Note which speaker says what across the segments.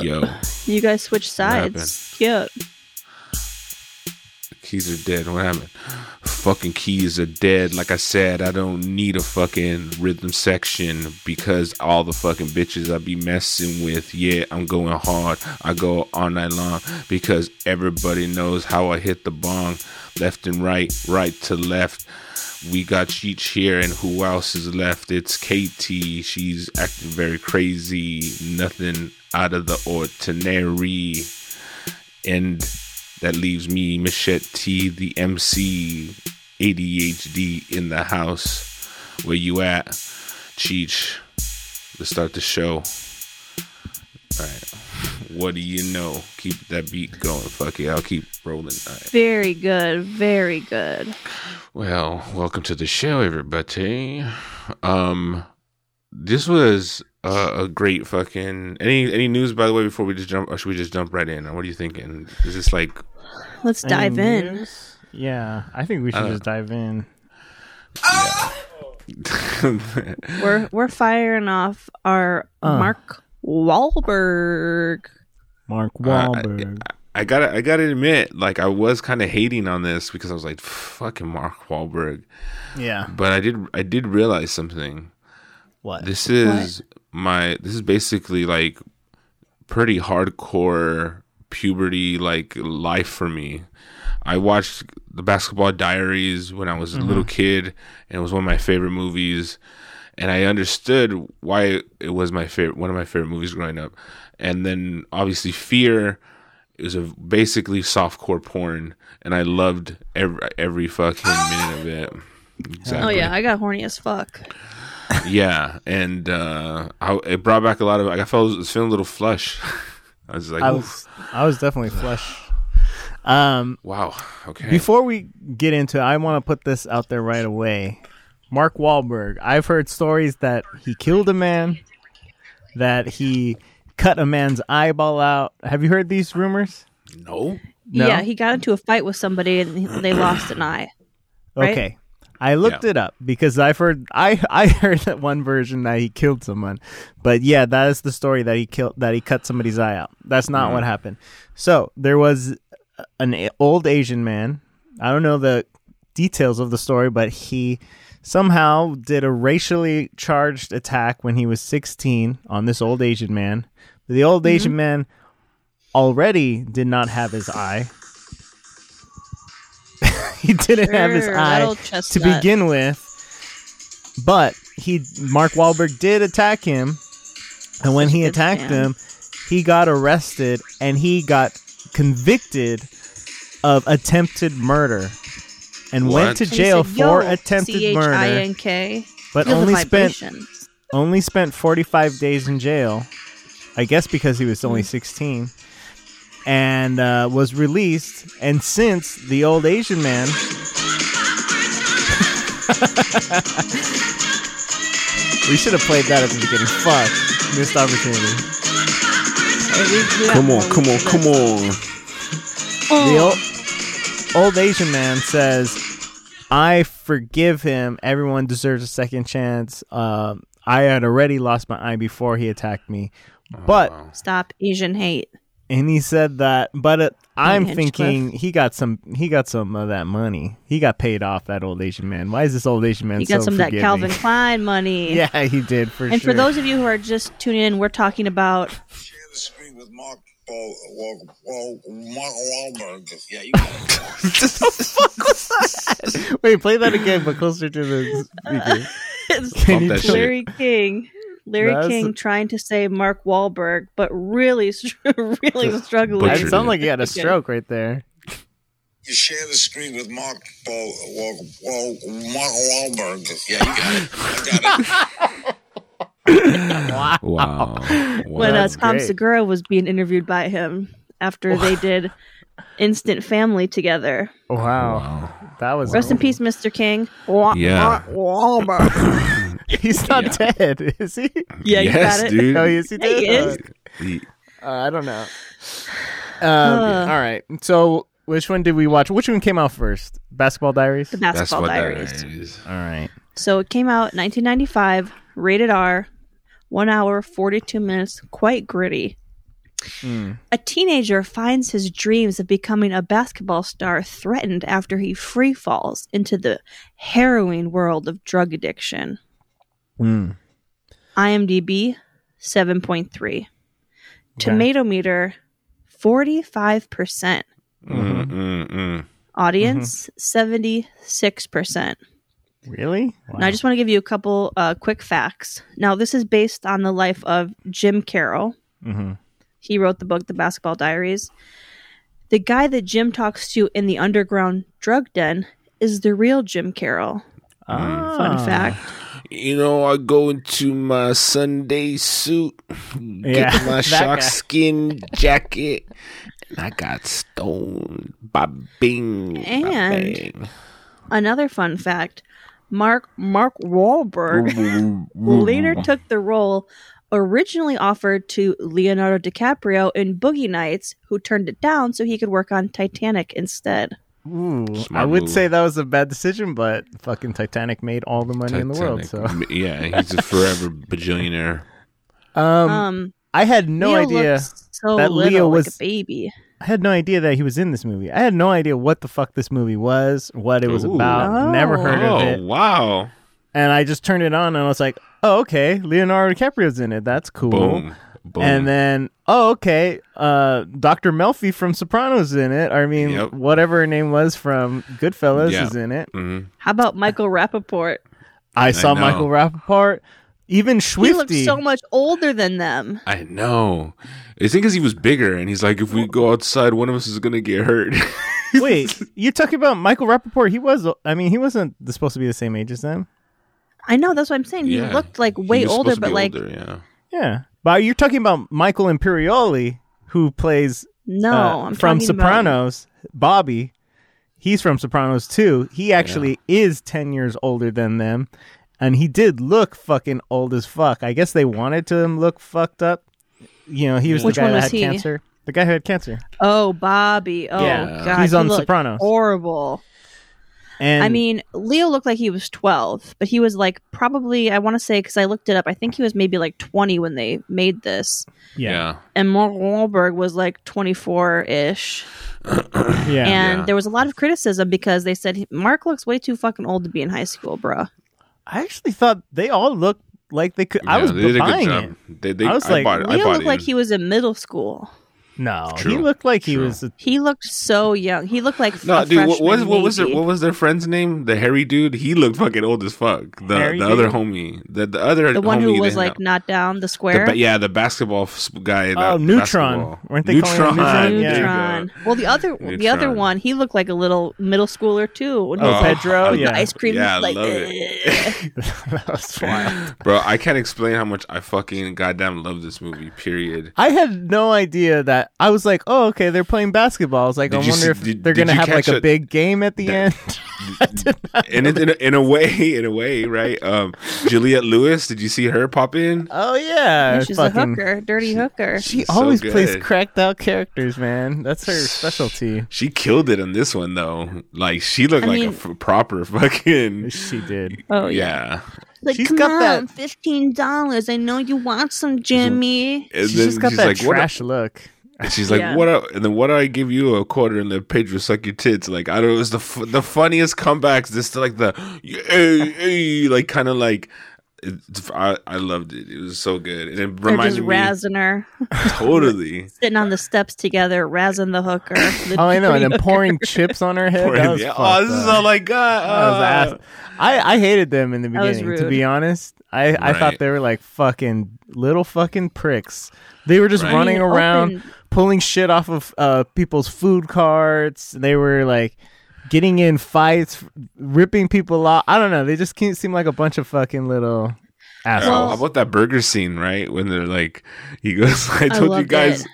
Speaker 1: Yo,
Speaker 2: You guys switch
Speaker 1: happened?
Speaker 2: sides. Cute.
Speaker 1: keys are dead. What happened? Fucking keys are dead. Like I said, I don't need a fucking rhythm section because all the fucking bitches I be messing with. Yeah, I'm going hard. I go all night long because everybody knows how I hit the bong. Left and right, right to left. We got Cheech here, and who else is left? It's Katie. She's acting very crazy. Nothing out of the ordinary. And that leaves me, Michette T, the MC, ADHD in the house. Where you at? Cheech, let's start the show. All right. What do you know? Keep that beat going. Fuck it. I'll keep rolling. All right.
Speaker 2: Very good. Very good.
Speaker 1: Well, welcome to the show, everybody. Um, this was uh, a great fucking. Any any news, by the way, before we just jump, or should we just jump right in? Or what are you thinking? Is this like
Speaker 2: Let's dive
Speaker 3: Any
Speaker 2: in.
Speaker 3: news? Yeah, I think we should
Speaker 1: Uh,
Speaker 3: just dive in.
Speaker 2: We're we're firing off our
Speaker 3: Uh.
Speaker 2: Mark Wahlberg.
Speaker 3: Mark
Speaker 1: I-
Speaker 3: Wahlberg.
Speaker 1: I gotta, I gotta admit, like I was kind of hating on this because I was like, "Fucking Mark Wahlberg,"
Speaker 3: yeah.
Speaker 1: but I did, I did realize something.
Speaker 3: What?
Speaker 1: This is my, this is basically like pretty hardcore puberty like life for me. I watched the Basketball Diaries when I was a little kid, and it was one of my favorite movies. And I understood why it was my favorite, one of my favorite movies growing up. And then obviously Fear is a basically softcore porn, and I loved every every fucking minute of it.
Speaker 2: Oh
Speaker 1: Exactly.
Speaker 2: yeah, I got horny as fuck.
Speaker 1: yeah. And uh, I, it brought back a lot of. I felt I was feeling a little flush. I was like,
Speaker 3: I
Speaker 1: "Oof,
Speaker 3: was I was definitely flush. Um,
Speaker 1: wow, okay.
Speaker 3: before we get into, it, I want to put this out there right away. Mark Wahlberg. I've heard stories that he killed a man, that he cut a man's eyeball out. Have you heard these rumors?
Speaker 1: no.
Speaker 3: No?
Speaker 2: Yeah, he got into a fight with somebody and he- they lost an eye. right?
Speaker 3: Okay. I looked
Speaker 1: Yeah.
Speaker 3: it up because I've heard I I heard that one version that he killed someone. But yeah, that is the story that he killed that he cut somebody's eye out. That's not what happened. So, there was an a- old Asian man. I don't know the details of the story, but he somehow did a racially charged attack when he was 16 on this old Asian man. The old
Speaker 2: Mm-hmm.
Speaker 3: Asian man already did not have his eye. he didn't have his
Speaker 2: Sure,
Speaker 3: eye
Speaker 2: that'll
Speaker 3: to
Speaker 2: chestnut.
Speaker 3: begin with. But he Mark Wahlberg did attack him, and when he
Speaker 2: good
Speaker 3: attacked
Speaker 2: man.
Speaker 3: him, he got arrested and he got convicted of attempted murder and
Speaker 1: What?
Speaker 3: went to
Speaker 1: And
Speaker 2: And he
Speaker 3: jail
Speaker 2: said,
Speaker 3: for
Speaker 2: "Yo,
Speaker 3: attempted murder,
Speaker 2: C-H-I-N-K.
Speaker 3: but
Speaker 2: Feel the
Speaker 3: only spent
Speaker 2: vibration.
Speaker 3: only spent 45 days in jail. I guess because he was only
Speaker 2: Mm.
Speaker 3: 16 and uh, was released. And since the old Asian man. we should have played that at the beginning. Fuck. Missed opportunity.
Speaker 1: Come on, come on, come on.
Speaker 2: Oh,
Speaker 3: The old, old Asian man says, I forgive him. Everyone deserves a second chance. Um, I had already lost my eye before he attacked me.
Speaker 2: Oh,
Speaker 3: But
Speaker 2: Stop Asian hate.
Speaker 3: and he said that but uh, i'm
Speaker 2: Hinchcliffe.
Speaker 3: thinking he got some he got some of that money he got paid off that old asian man why is this old asian man
Speaker 2: You got
Speaker 3: so
Speaker 2: some of that
Speaker 3: forgiving?
Speaker 2: Calvin Klein money.
Speaker 3: yeah he did for
Speaker 2: And
Speaker 3: sure
Speaker 2: for those of you who are just tuning in, we're talking about
Speaker 4: share the screen with Mark Wal- Wal- Wal- Mark Wahlberg. Yeah, you got it.
Speaker 3: wait play that again but closer to the speaker Can
Speaker 1: Pump
Speaker 3: you
Speaker 1: that
Speaker 3: do it?
Speaker 1: shit.
Speaker 2: Larry King. Larry
Speaker 3: That's-
Speaker 2: King trying to say Mark Wahlberg, but really, str- really struggling.
Speaker 1: Butchered
Speaker 3: it sounded like he had a
Speaker 2: Okay.
Speaker 3: stroke right there
Speaker 4: You share the screen with Mark Wal- Wal- Wal- Mark Wahlberg. Yeah, you got it. I got it.
Speaker 1: Wow.
Speaker 2: when uh,
Speaker 3: That's
Speaker 2: Tom
Speaker 3: great.
Speaker 2: Segura was being interviewed by him after they did Instant Family together.
Speaker 3: wow
Speaker 1: wow.
Speaker 3: that was
Speaker 2: Rest in peace, Mr. King. Wah-
Speaker 1: Yeah.
Speaker 2: wah- Wahlberg.
Speaker 3: he's not dead is he
Speaker 2: Yeah, you
Speaker 1: yes,
Speaker 2: got it.
Speaker 1: dude.
Speaker 3: oh is he
Speaker 2: Yeah,
Speaker 3: dead
Speaker 2: he is.
Speaker 1: He-
Speaker 3: Uh, I don't know um,
Speaker 2: Uh.
Speaker 3: all right so which one did we watch which one came out first basketball diaries
Speaker 2: The
Speaker 1: that's
Speaker 2: Basketball
Speaker 1: what
Speaker 2: Diaries.
Speaker 1: that is.
Speaker 3: all right
Speaker 2: So it came out 1995, rated R, one hour, 42 minutes, quite gritty. A teenager finds his dreams of becoming a basketball star threatened after he free falls into the harrowing world of drug addiction.
Speaker 3: Mm.
Speaker 2: IMDb 7.3.
Speaker 3: Okay.
Speaker 2: Tomato meter 45%.
Speaker 1: Mm, mm, mm.
Speaker 2: Audience 76%.
Speaker 3: Really? Wow.
Speaker 2: Now, I just want to give you a couple uh, quick facts. Now, this is based on the life of Jim Carroll.
Speaker 3: Mhm.
Speaker 2: He wrote the book, The Basketball Diaries. The guy that Jim talks to in the underground drug den is the real Jim Carroll. Fun
Speaker 3: Ah.
Speaker 2: fact.
Speaker 1: You know, I go into my Sunday suit, get
Speaker 3: Yeah,
Speaker 1: my
Speaker 3: that
Speaker 1: shark
Speaker 3: guy.
Speaker 1: skin jacket, and I got stoned by Bing. by
Speaker 2: And-
Speaker 1: bang.
Speaker 2: Another fun fact Mark Mark Wahlberg later took the role originally offered to Leonardo DiCaprio in Boogie Nights, who turned it down so he could work on Titanic instead.
Speaker 3: Ooh, I
Speaker 1: Smart
Speaker 3: would
Speaker 1: move.
Speaker 3: say that was a bad decision, but fucking Titanic made all the money in the world. So, um,
Speaker 1: Titanic. Yeah, he's a forever bajillionaire.
Speaker 2: Um,
Speaker 3: I had no
Speaker 2: Leo
Speaker 3: idea.
Speaker 2: looks So
Speaker 3: that
Speaker 2: little,
Speaker 3: Leo was-
Speaker 2: like a baby.
Speaker 3: I had no idea that he was in this movie. I had no idea what the fuck this movie was, what it was
Speaker 1: Ooh.
Speaker 3: about. Never
Speaker 2: Oh.
Speaker 3: heard of
Speaker 1: Oh,
Speaker 3: it.
Speaker 1: wow.
Speaker 3: And I just turned it on and I was like, "Oh, okay, Leonardo DiCaprio's in it. That's cool."
Speaker 1: Boom. Boom.
Speaker 3: And then, oh, okay, uh, Dr. Melfi from Sopranos in it. I mean,
Speaker 1: Yep.
Speaker 3: whatever her name was from Goodfellas
Speaker 1: Yeah.
Speaker 3: is in it.
Speaker 1: Mhm.
Speaker 2: How about Michael Rappaport?
Speaker 3: I saw
Speaker 1: know.
Speaker 3: Michael Rappapart. Even
Speaker 2: He looks
Speaker 3: Swifty.
Speaker 2: so much older than them.
Speaker 1: I know. It's because he was bigger, and he's like, if we go outside, one of us is going to get hurt.
Speaker 3: Wait, you talking about Michael Rappaport? He was, I mean, he wasn't supposed to be the same age as them.
Speaker 2: I know that's what I'm saying.
Speaker 1: Yeah.
Speaker 2: He looked like
Speaker 1: He
Speaker 2: way
Speaker 1: was
Speaker 2: older,
Speaker 1: supposed to
Speaker 2: but
Speaker 1: be
Speaker 2: like
Speaker 1: older, yeah.
Speaker 3: Yeah. But you're talking about Michael Imperioli, who plays
Speaker 2: no,
Speaker 3: uh,
Speaker 2: Oh, I'm
Speaker 3: from
Speaker 2: talking about-
Speaker 3: Sopranos, Bobby. He's from Sopranos too. He actually is 10 years older than them. And he did look fucking old as fuck. I guess they wanted to him look fucked up. You know, he was
Speaker 2: Which
Speaker 3: the guy
Speaker 2: one
Speaker 3: that
Speaker 2: was
Speaker 3: had
Speaker 2: he?
Speaker 3: cancer. The guy who had cancer.
Speaker 2: Oh, Bobby. Oh,
Speaker 1: Yeah.
Speaker 2: God.
Speaker 3: He's
Speaker 2: he
Speaker 3: on
Speaker 2: looked
Speaker 3: Sopranos.
Speaker 2: Horrible.
Speaker 3: And
Speaker 2: I mean, Leo looked like he was 12, but he was like probably, I want to say, because I looked it up, I think he was maybe like 20 when they made this.
Speaker 3: yeah.
Speaker 2: And Mark Wahlberg was like 24 ish.
Speaker 3: Yeah.
Speaker 2: And
Speaker 1: Yeah.
Speaker 2: there was a lot of criticism because they said Mark looks way too fucking old to be in high school, bruh.
Speaker 3: I actually thought they all looked like they could. I
Speaker 1: Yeah,
Speaker 3: was
Speaker 1: they did a good
Speaker 3: buying
Speaker 1: job.
Speaker 3: it.
Speaker 1: They, they,
Speaker 3: I was like,
Speaker 1: bought, it- I
Speaker 2: Leo
Speaker 1: bought
Speaker 2: looked
Speaker 1: it
Speaker 2: like
Speaker 1: in.
Speaker 2: he was in middle school.
Speaker 3: No, he
Speaker 1: True.
Speaker 3: looked like he
Speaker 1: True.
Speaker 3: was. A,
Speaker 2: He looked so young. He looked like
Speaker 1: No,
Speaker 2: a
Speaker 1: dude. What
Speaker 2: freshman
Speaker 1: was what was their,
Speaker 2: maybe.
Speaker 1: what was their friend's name? The hairy dude. He looked fucking old as fuck. The
Speaker 3: Hairy
Speaker 1: the other
Speaker 3: dude?
Speaker 1: homie. The the other
Speaker 2: the one
Speaker 1: homie
Speaker 2: who
Speaker 1: they
Speaker 2: was
Speaker 1: hung
Speaker 2: like
Speaker 1: out-
Speaker 2: not down the
Speaker 1: the
Speaker 2: square?
Speaker 1: ba- yeah, the basketball s- guy. that-
Speaker 3: Oh, Neutron.
Speaker 1: basketball.
Speaker 3: Weren't they calling
Speaker 1: Neutron?
Speaker 3: him Neutron?
Speaker 1: there you go.
Speaker 2: Neutron. Well, the other the other
Speaker 1: Neutron.
Speaker 2: one, he looked like a little middle schooler too. When he
Speaker 3: Oh,
Speaker 2: was like,
Speaker 3: Pedro?
Speaker 2: with
Speaker 3: Yeah.
Speaker 2: the ice cream.
Speaker 1: Yeah, I
Speaker 2: like,
Speaker 1: love
Speaker 2: it.
Speaker 3: that was wild.
Speaker 1: Bro, I can't explain how much I fucking goddamn love this movie. Period.
Speaker 3: I had no idea that I was like, oh, okay, they're playing basketball. I was like,
Speaker 1: Did
Speaker 3: I
Speaker 1: you
Speaker 3: wonder
Speaker 1: see-
Speaker 3: if
Speaker 1: did-
Speaker 3: they're
Speaker 1: did
Speaker 3: gonna
Speaker 1: you
Speaker 3: have like
Speaker 1: catch
Speaker 3: a
Speaker 1: a-
Speaker 3: big game at the end.
Speaker 1: And it, in, a, in a way, in a way, right? Um, Juliette Lewis. Did you see her pop in?
Speaker 3: oh yeah,
Speaker 2: she's a
Speaker 3: fucking.
Speaker 2: hooker, dirty hooker.
Speaker 3: She
Speaker 1: She's so
Speaker 3: always plays
Speaker 1: good.
Speaker 3: cracked out characters, man. That's her specialty.
Speaker 1: She killed it on this one though. Like she looked
Speaker 2: I
Speaker 1: like a
Speaker 2: mean-
Speaker 1: f- proper fucking.
Speaker 3: She did.
Speaker 2: Oh yeah.
Speaker 1: yeah.
Speaker 2: Like,
Speaker 3: She's
Speaker 2: come
Speaker 3: got
Speaker 2: on,
Speaker 3: that-
Speaker 2: fifteen dollars. I know you want some, Jimmy.
Speaker 1: And
Speaker 3: She's just
Speaker 1: then
Speaker 3: got that
Speaker 1: like, what a-
Speaker 3: trash look.
Speaker 1: And she's like,
Speaker 2: Yeah.
Speaker 1: "What?" I, and then what? do I give you a quarter, and then Pedro suck your tits. Like I don't. It was the f- the funniest comebacks. This like the hey, hey, like kind of like. it's- I, I loved it. It was so good, and it
Speaker 2: They're just
Speaker 1: reminded me
Speaker 2: razzing her,
Speaker 1: totally.
Speaker 2: sitting on the steps together, razzing the hooker. the
Speaker 3: Oh, I know, and
Speaker 2: dirty
Speaker 3: then
Speaker 2: hooker.
Speaker 3: pouring chips on her head. That was
Speaker 1: Yeah.
Speaker 3: fucked
Speaker 1: oh, this is
Speaker 3: up.
Speaker 1: all I got.
Speaker 3: That was
Speaker 1: Uh,
Speaker 3: ass. I, I hated them in the
Speaker 2: That was
Speaker 3: beginning, to be
Speaker 2: rude.
Speaker 3: honest. I, I thought
Speaker 1: Right.
Speaker 3: they were like fucking little fucking pricks. They were just
Speaker 1: Right.
Speaker 3: running
Speaker 2: I mean,
Speaker 3: around,
Speaker 2: open-
Speaker 3: pulling shit off of uh, people's food carts. They were like getting in fights, ripping people off. I don't know. They just can't seem like a bunch of fucking little assholes.
Speaker 1: how about that burger scene, right? When they're like, he goes, I told you
Speaker 2: loved
Speaker 1: guys,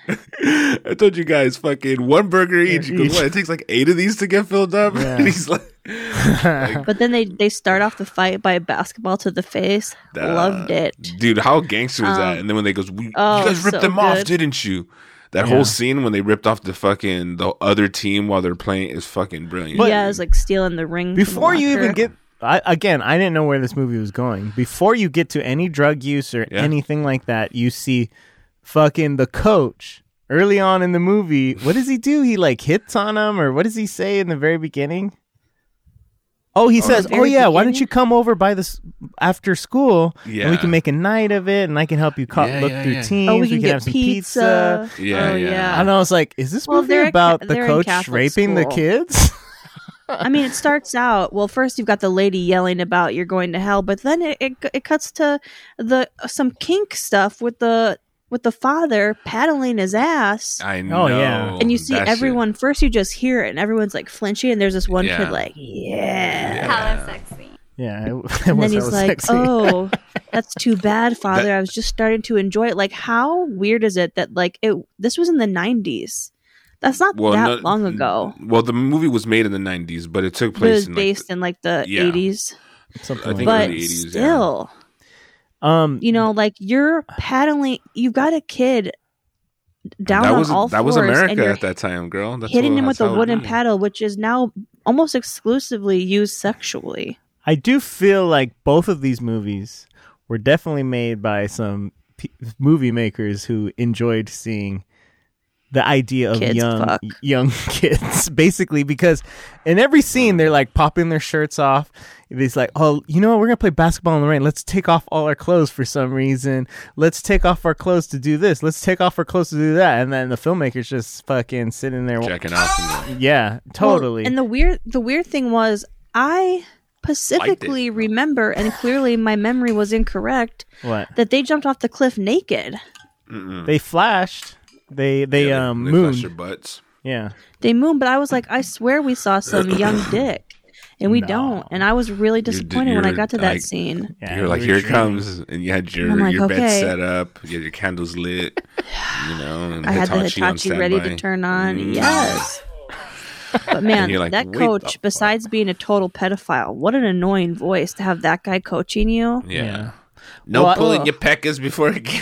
Speaker 1: I told you guys, fucking one burger each. He goes,
Speaker 3: each.
Speaker 1: what? It takes like eight of these to get filled up.
Speaker 3: Yeah.
Speaker 1: and he's like,
Speaker 2: But then they they start off the fight by a basketball to the face.
Speaker 1: That-
Speaker 2: Loved it.
Speaker 1: dude. How gangster was that?
Speaker 2: Um,
Speaker 1: And then when they goes, we, you
Speaker 2: oh,
Speaker 1: guys ripped
Speaker 2: so
Speaker 1: them off,
Speaker 2: good.
Speaker 1: didn't you? That
Speaker 3: Yeah.
Speaker 1: whole scene when they ripped off the fucking the other team while they're playing is fucking brilliant.
Speaker 2: yeah, it was like stealing the ring. from the
Speaker 3: Before you even
Speaker 2: locker.
Speaker 3: get. I, again, I didn't know where this movie was going. Before you get to any drug use or
Speaker 1: Yeah.
Speaker 3: anything like that, you see fucking the coach early on in the movie, what does he do? He like hits on him, or what does he say in the very beginning? Oh, he says,
Speaker 2: very
Speaker 3: "Oh yeah, why don't
Speaker 2: beginning?
Speaker 3: you come over by this after school, and we
Speaker 1: Yeah.
Speaker 3: can make a night of it, and I can help you co-
Speaker 1: Yeah,
Speaker 3: look
Speaker 1: yeah,
Speaker 3: through
Speaker 1: yeah.
Speaker 3: teams.
Speaker 2: oh, we can
Speaker 3: have
Speaker 2: get
Speaker 3: some
Speaker 2: pizza.
Speaker 1: Yeah,
Speaker 2: oh,
Speaker 1: yeah.
Speaker 3: I don't know. It's like, is this
Speaker 2: Well,
Speaker 3: movie
Speaker 2: they're a ca-
Speaker 3: about the
Speaker 2: they're in
Speaker 3: coach
Speaker 2: Catholic
Speaker 3: raping the
Speaker 2: school.
Speaker 3: kids?
Speaker 2: I mean, it starts out well. First, you've got the lady yelling about "you're going to hell," but then it, it, it cuts to the some kink stuff with the with the father paddling his ass,
Speaker 1: I know.
Speaker 3: Oh, yeah.
Speaker 2: and you see
Speaker 1: That shit.
Speaker 2: everyone. First, you just hear it, and everyone's like flinching, and there's this one
Speaker 1: Yeah.
Speaker 2: kid like, "Yeah,"
Speaker 1: Yeah.
Speaker 5: Hella sexy.
Speaker 3: yeah, it, it
Speaker 2: and
Speaker 3: was
Speaker 2: then he's
Speaker 3: hella
Speaker 2: like,
Speaker 3: sexy.
Speaker 2: "Oh, that's too bad, father. I was just starting to enjoy it." Like, how weird is it that like it? This was in the '90s. That's not
Speaker 1: Well,
Speaker 2: that
Speaker 1: no-
Speaker 2: long ago.
Speaker 1: Well, the movie was made in the 90s, but it took
Speaker 2: It was
Speaker 1: place in like,
Speaker 2: based in like the
Speaker 1: Yeah.
Speaker 2: 80s,
Speaker 3: Something
Speaker 1: I
Speaker 3: like
Speaker 1: think
Speaker 3: that.
Speaker 2: but
Speaker 1: early 80s, yeah.
Speaker 2: still.
Speaker 3: um,
Speaker 2: you know, like you're paddling. You've got a kid down
Speaker 1: that was
Speaker 2: on all
Speaker 1: that
Speaker 2: fours,
Speaker 1: was
Speaker 2: and
Speaker 1: America
Speaker 2: you're
Speaker 1: at that time, girl. That's
Speaker 2: hitting
Speaker 1: what-
Speaker 2: him with
Speaker 1: that's
Speaker 2: a
Speaker 1: how it
Speaker 2: wooden
Speaker 1: is.
Speaker 2: paddle, which is now almost exclusively used sexually.
Speaker 3: I do feel like both of these movies were definitely made by some p- movie makers who enjoyed seeing the idea of
Speaker 2: Kids
Speaker 3: young
Speaker 2: fuck.
Speaker 3: young kids basically because in every scene they're like popping their shirts off it's like oh you know what we're gonna play basketball in the rain let's take off all our clothes for some reason let's take off our clothes to do this let's take off our clothes to do that and then the filmmakers just fucking sitting there
Speaker 1: Checking out. from there.
Speaker 3: yeah
Speaker 2: Well,
Speaker 3: totally
Speaker 2: and the weird, the weird thing was, I specifically remember, and clearly my memory was incorrect,
Speaker 3: what
Speaker 2: that they jumped off the cliff naked.
Speaker 3: they flashed they they
Speaker 1: Yeah,
Speaker 3: um
Speaker 1: they flash
Speaker 3: mooned
Speaker 1: their butts.
Speaker 3: Yeah.
Speaker 2: They moon, but I was like, I swear we saw some young dick. And we don't. And I was really
Speaker 1: d-
Speaker 2: disappointed when I
Speaker 1: you're,
Speaker 2: got to that
Speaker 1: like,
Speaker 2: scene.
Speaker 3: yeah
Speaker 1: You're like,
Speaker 3: we
Speaker 1: here it
Speaker 3: dream-
Speaker 1: comes, and you had your
Speaker 2: I'm like,
Speaker 1: your bed
Speaker 2: okay.
Speaker 1: set up, you had your candles lit, you know. And
Speaker 2: I had the
Speaker 1: Hitachi on
Speaker 2: Hitachi ready to
Speaker 1: standby.
Speaker 2: turn on.
Speaker 1: Mm.
Speaker 2: Yes. But man,
Speaker 1: And you're like,
Speaker 2: that
Speaker 1: "Wait the
Speaker 2: coach,
Speaker 1: fuck."
Speaker 2: besides being a total pedophile, what an annoying voice to have that guy coaching you.
Speaker 1: Yeah.
Speaker 3: Yeah.
Speaker 1: No
Speaker 3: Well, I-
Speaker 1: pulling your peckers before a game.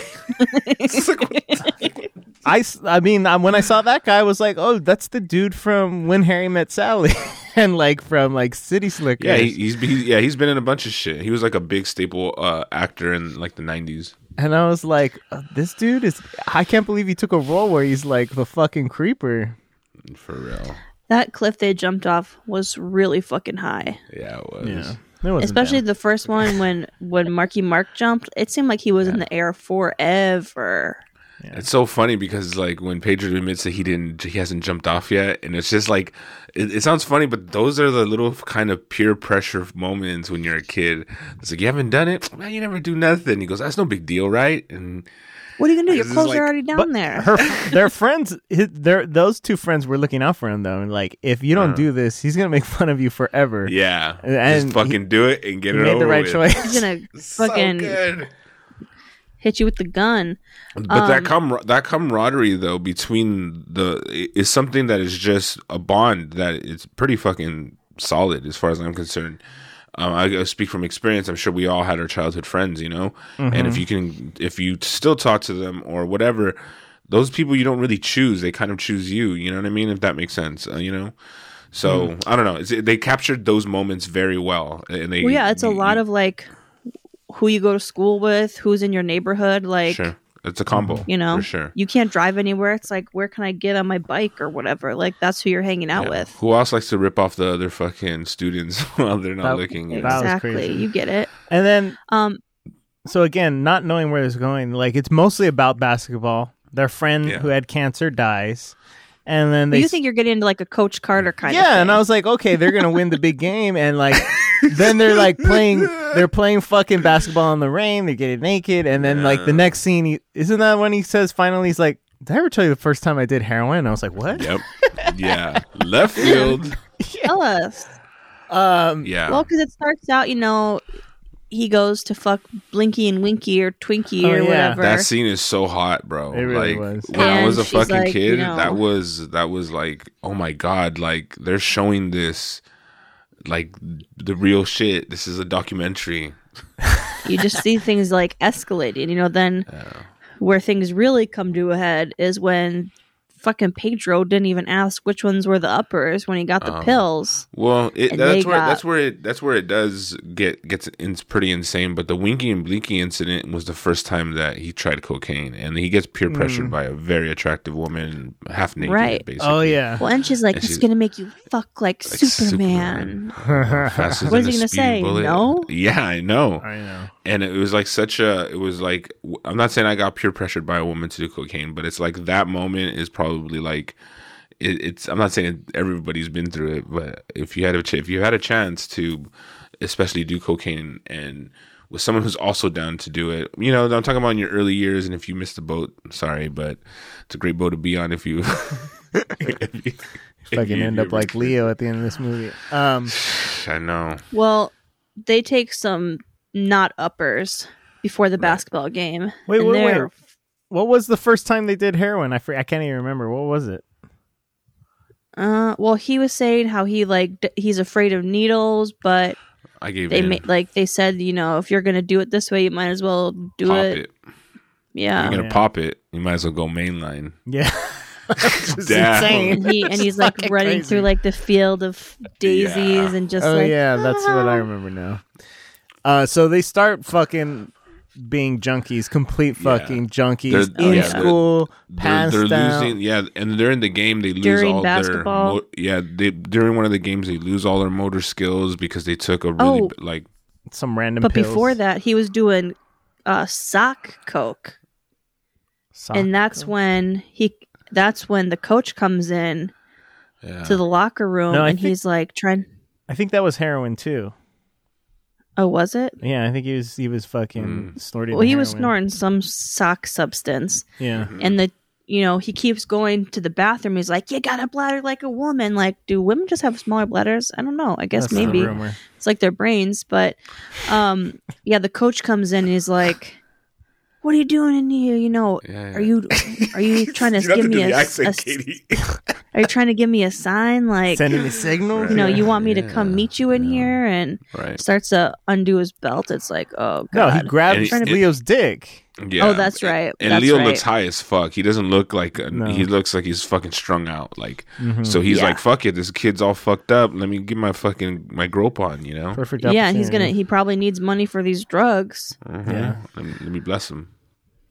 Speaker 1: It's like, what the-
Speaker 3: I, s- I mean, um, when I saw that guy, I was like, oh, that's the dude from When Harry Met Sally and like from like City Slickers.
Speaker 1: yeah, he, he's he, yeah he's been in a bunch of shit. He was like a big staple uh, actor in like the '90s.
Speaker 3: and I was like, uh, this dude is, I can't believe he took a role where he's like the fucking creeper.
Speaker 1: For real.
Speaker 2: That cliff they jumped off was really fucking high.
Speaker 1: Yeah, it was.
Speaker 3: It wasn't
Speaker 2: Especially
Speaker 3: bad.
Speaker 2: the first one when when Marky Mark jumped, it seemed like he was in the air forever.
Speaker 1: It's so funny because like when Pedro admits that he didn't, he hasn't jumped off yet, and it's just like, it, it sounds funny, but those are the little kind of peer pressure moments when you're a kid. It's like you haven't done it, man. You never do nothing. He goes, "That's no big deal, right?" And
Speaker 2: What are you gonna do? Your
Speaker 1: This is
Speaker 2: clothes
Speaker 1: like-
Speaker 2: are already down
Speaker 3: But
Speaker 2: there.
Speaker 3: her, their friends, his, their those two friends were looking out for him though, and like, if you don't do this, he's gonna make fun of you forever.
Speaker 1: Uh-huh. yeah,
Speaker 3: And he-
Speaker 1: just fucking do it and get
Speaker 3: he
Speaker 1: it
Speaker 3: made
Speaker 1: over
Speaker 3: the right
Speaker 1: with.
Speaker 3: choice.
Speaker 2: He's gonna
Speaker 1: So
Speaker 2: fucking
Speaker 1: good.
Speaker 2: hit you with the gun.
Speaker 1: But that
Speaker 2: Um,
Speaker 1: com that camaraderie though between the i- is something that is just a bond that it's pretty fucking solid as far as I'm concerned. Um, I I speak from experience. I'm sure we all had our childhood friends, you know. And
Speaker 2: Mm-hmm.
Speaker 1: if you can, if you still talk to them or whatever, those people you don't really choose. They kind of choose you. You know what I mean? If that makes sense, uh, you know. So
Speaker 2: Hmm.
Speaker 1: I don't know. It's, they captured those moments very well, and they.
Speaker 2: Well, yeah, it's a
Speaker 1: you-
Speaker 2: lot
Speaker 1: you-
Speaker 2: of like who you go to school with, who's in your neighborhood, like
Speaker 1: sure. It's a combo,
Speaker 2: you know,
Speaker 1: for sure.
Speaker 2: you can't drive anywhere. It's like where can I get on my bike or whatever? Like that's who you're hanging out
Speaker 1: Yeah.
Speaker 2: with.
Speaker 1: Who else likes to rip off the other fucking students while they're not
Speaker 3: That-
Speaker 1: looking?
Speaker 3: that was
Speaker 2: Exactly,
Speaker 3: crazy.
Speaker 2: you get it.
Speaker 3: And then
Speaker 2: Um,
Speaker 3: so again, not knowing where it's going, like it's mostly about basketball. Their friend
Speaker 1: Yeah.
Speaker 3: who had cancer dies, and then
Speaker 2: but
Speaker 3: they
Speaker 2: you think you're getting into like a Coach Carter kind of
Speaker 3: yeah,
Speaker 2: thing.
Speaker 3: and I was like, okay, they're gonna win the big game, and like then they're like playing, they're playing fucking basketball in the rain. They're getting naked, and then like the next scene, he, isn't that when he says finally he's like, "Did I ever tell you the first time I did heroin?" And I was like, "What?"
Speaker 1: Yep. Yeah. Left field.
Speaker 2: Tell us.
Speaker 3: Um,
Speaker 1: Yeah.
Speaker 2: Well, because it starts out, you know, he goes to fuck Blinky and Winky or Twinkie
Speaker 3: Oh,
Speaker 2: or
Speaker 3: yeah.
Speaker 2: whatever.
Speaker 1: that scene is so hot, bro.
Speaker 3: It really
Speaker 1: like
Speaker 3: was.
Speaker 1: when I
Speaker 2: And
Speaker 1: was a
Speaker 2: she's
Speaker 1: fucking
Speaker 2: like,
Speaker 1: kid,
Speaker 2: you know-
Speaker 1: that was that was like, oh my god, like they're showing this like the real shit. This is a documentary.
Speaker 2: you just see things like escalating. You know, then where things really come to a head is when fucking Pedro didn't even ask which ones were the uppers when he got the
Speaker 1: Oh.
Speaker 2: pills.
Speaker 1: Well, it,
Speaker 2: And
Speaker 1: that's
Speaker 2: they
Speaker 1: where
Speaker 2: got-
Speaker 1: that's where it that's where it does get gets it's pretty insane. But the Winky and Blinky incident was the first time that he tried cocaine, and he gets peer pressured by a very attractive woman, half naked,
Speaker 2: Right.
Speaker 1: Basically.
Speaker 3: Mm. Oh yeah.
Speaker 2: Well, and she's like,
Speaker 1: And
Speaker 2: it's
Speaker 1: she's-
Speaker 2: gonna make you fuck like,
Speaker 1: Like
Speaker 2: Superman.
Speaker 1: Superman. Faster
Speaker 2: What is
Speaker 1: than
Speaker 2: he
Speaker 1: a speeding
Speaker 2: gonna say?
Speaker 1: bullet.
Speaker 2: No?
Speaker 1: Yeah, I know.
Speaker 3: I know.
Speaker 1: and it was like such a it was like w- i'm not saying i got peer pressured by a woman to do cocaine but it's like that moment is probably like it, it's i'm not saying everybody's been through it but if you had a ch- if you had a chance to especially do cocaine and with someone who's also down to do it you know i'm talking about in your early years and if you missed the boat sorry but it's a great boat to be on if you if you- if
Speaker 3: Fucking
Speaker 1: you-
Speaker 3: end up like Leo at the end of this movie. Um.
Speaker 1: i know
Speaker 2: Well, they take some not uppers before the basketball game.
Speaker 3: Wait,
Speaker 2: and
Speaker 3: wait, wait.
Speaker 2: they're-
Speaker 3: What was the first time they did heroin? I fr- I can't even remember. What was it?
Speaker 2: Uh, well, he was saying how he like d- he's afraid of needles, but
Speaker 1: i gave
Speaker 2: they
Speaker 1: in.
Speaker 2: made like they said, you know, if you're gonna do it this way, you might as well do
Speaker 1: pop
Speaker 2: it.
Speaker 1: it you're
Speaker 2: Oh, Yeah.
Speaker 1: gonna
Speaker 3: Yeah.
Speaker 1: pop it you might as well go mainline
Speaker 3: Yeah. Which is
Speaker 1: Damn.
Speaker 2: And he and he's like
Speaker 3: fucking
Speaker 2: running
Speaker 3: crazy.
Speaker 2: through like the field of daisies
Speaker 1: Yeah.
Speaker 2: and just
Speaker 3: oh
Speaker 2: like
Speaker 3: yeah, that's what I
Speaker 2: "Ah."
Speaker 3: remember now. Uh, so they start fucking being junkies, complete
Speaker 1: Yeah.
Speaker 3: fucking junkies
Speaker 1: They're-
Speaker 3: in
Speaker 2: yeah.
Speaker 3: school, pants down.
Speaker 1: losing yeah and during the game they lose
Speaker 2: During
Speaker 1: all
Speaker 2: basketball?
Speaker 1: their mo- yeah they during one of the games they lose all their motor skills because they took a really
Speaker 2: Oh.
Speaker 1: b- like
Speaker 3: some random.
Speaker 2: But
Speaker 3: pills.
Speaker 2: before that, he was doing uh sock coke,
Speaker 3: Sock.
Speaker 2: and that's when he that's when the coach comes in
Speaker 1: yeah.
Speaker 2: to the locker room
Speaker 3: No, I
Speaker 2: and
Speaker 3: think-
Speaker 2: he's like trying.
Speaker 3: I think that was heroin too.
Speaker 2: Oh, was it?
Speaker 3: Yeah, I think he was he was
Speaker 1: Mm.
Speaker 3: fucking snorting.
Speaker 2: Well, he was snorting
Speaker 3: heroin.
Speaker 2: some sock substance,
Speaker 3: Yeah,
Speaker 1: Mm-hmm. Mm.
Speaker 2: and the you know he keeps going to the bathroom. He's like, "You got a bladder like a woman." Like, do women just have smaller bladders? I don't know. I guess
Speaker 3: that's the
Speaker 2: maybe
Speaker 3: rumor.
Speaker 2: it's like their brains, but um, yeah. The coach comes in and he's like, "What are you doing in here? You know,
Speaker 1: Yeah, yeah.
Speaker 2: are you are you trying to
Speaker 1: You don't have
Speaker 2: give
Speaker 1: do
Speaker 2: me
Speaker 1: the
Speaker 2: a,
Speaker 1: accent,
Speaker 2: a-
Speaker 1: Katie.
Speaker 2: are you trying to give me a sign like
Speaker 3: Sending me signals.
Speaker 2: you know you want me to
Speaker 1: Yeah,
Speaker 2: come meet you in here and
Speaker 1: right
Speaker 2: starts to undo his belt it's like oh
Speaker 3: No,
Speaker 2: god
Speaker 3: he
Speaker 1: And
Speaker 3: grabbed
Speaker 1: he-
Speaker 3: Leo's dick.
Speaker 1: yeah
Speaker 2: oh that's right
Speaker 1: and
Speaker 2: that's
Speaker 1: Leo
Speaker 2: right.
Speaker 1: looks high as fuck. He doesn't look like a,
Speaker 3: No.
Speaker 1: he looks like he's fucking strung out. Like so he's
Speaker 2: Yeah.
Speaker 1: like, "Fuck it, this kid's all fucked up. Let me get my fucking my grope on," you know.
Speaker 3: Perfect.
Speaker 2: yeah and he's gonna
Speaker 3: opportunity.
Speaker 2: he probably needs money for these drugs
Speaker 1: Mhm.
Speaker 3: Yeah.
Speaker 1: Let me, let me bless him.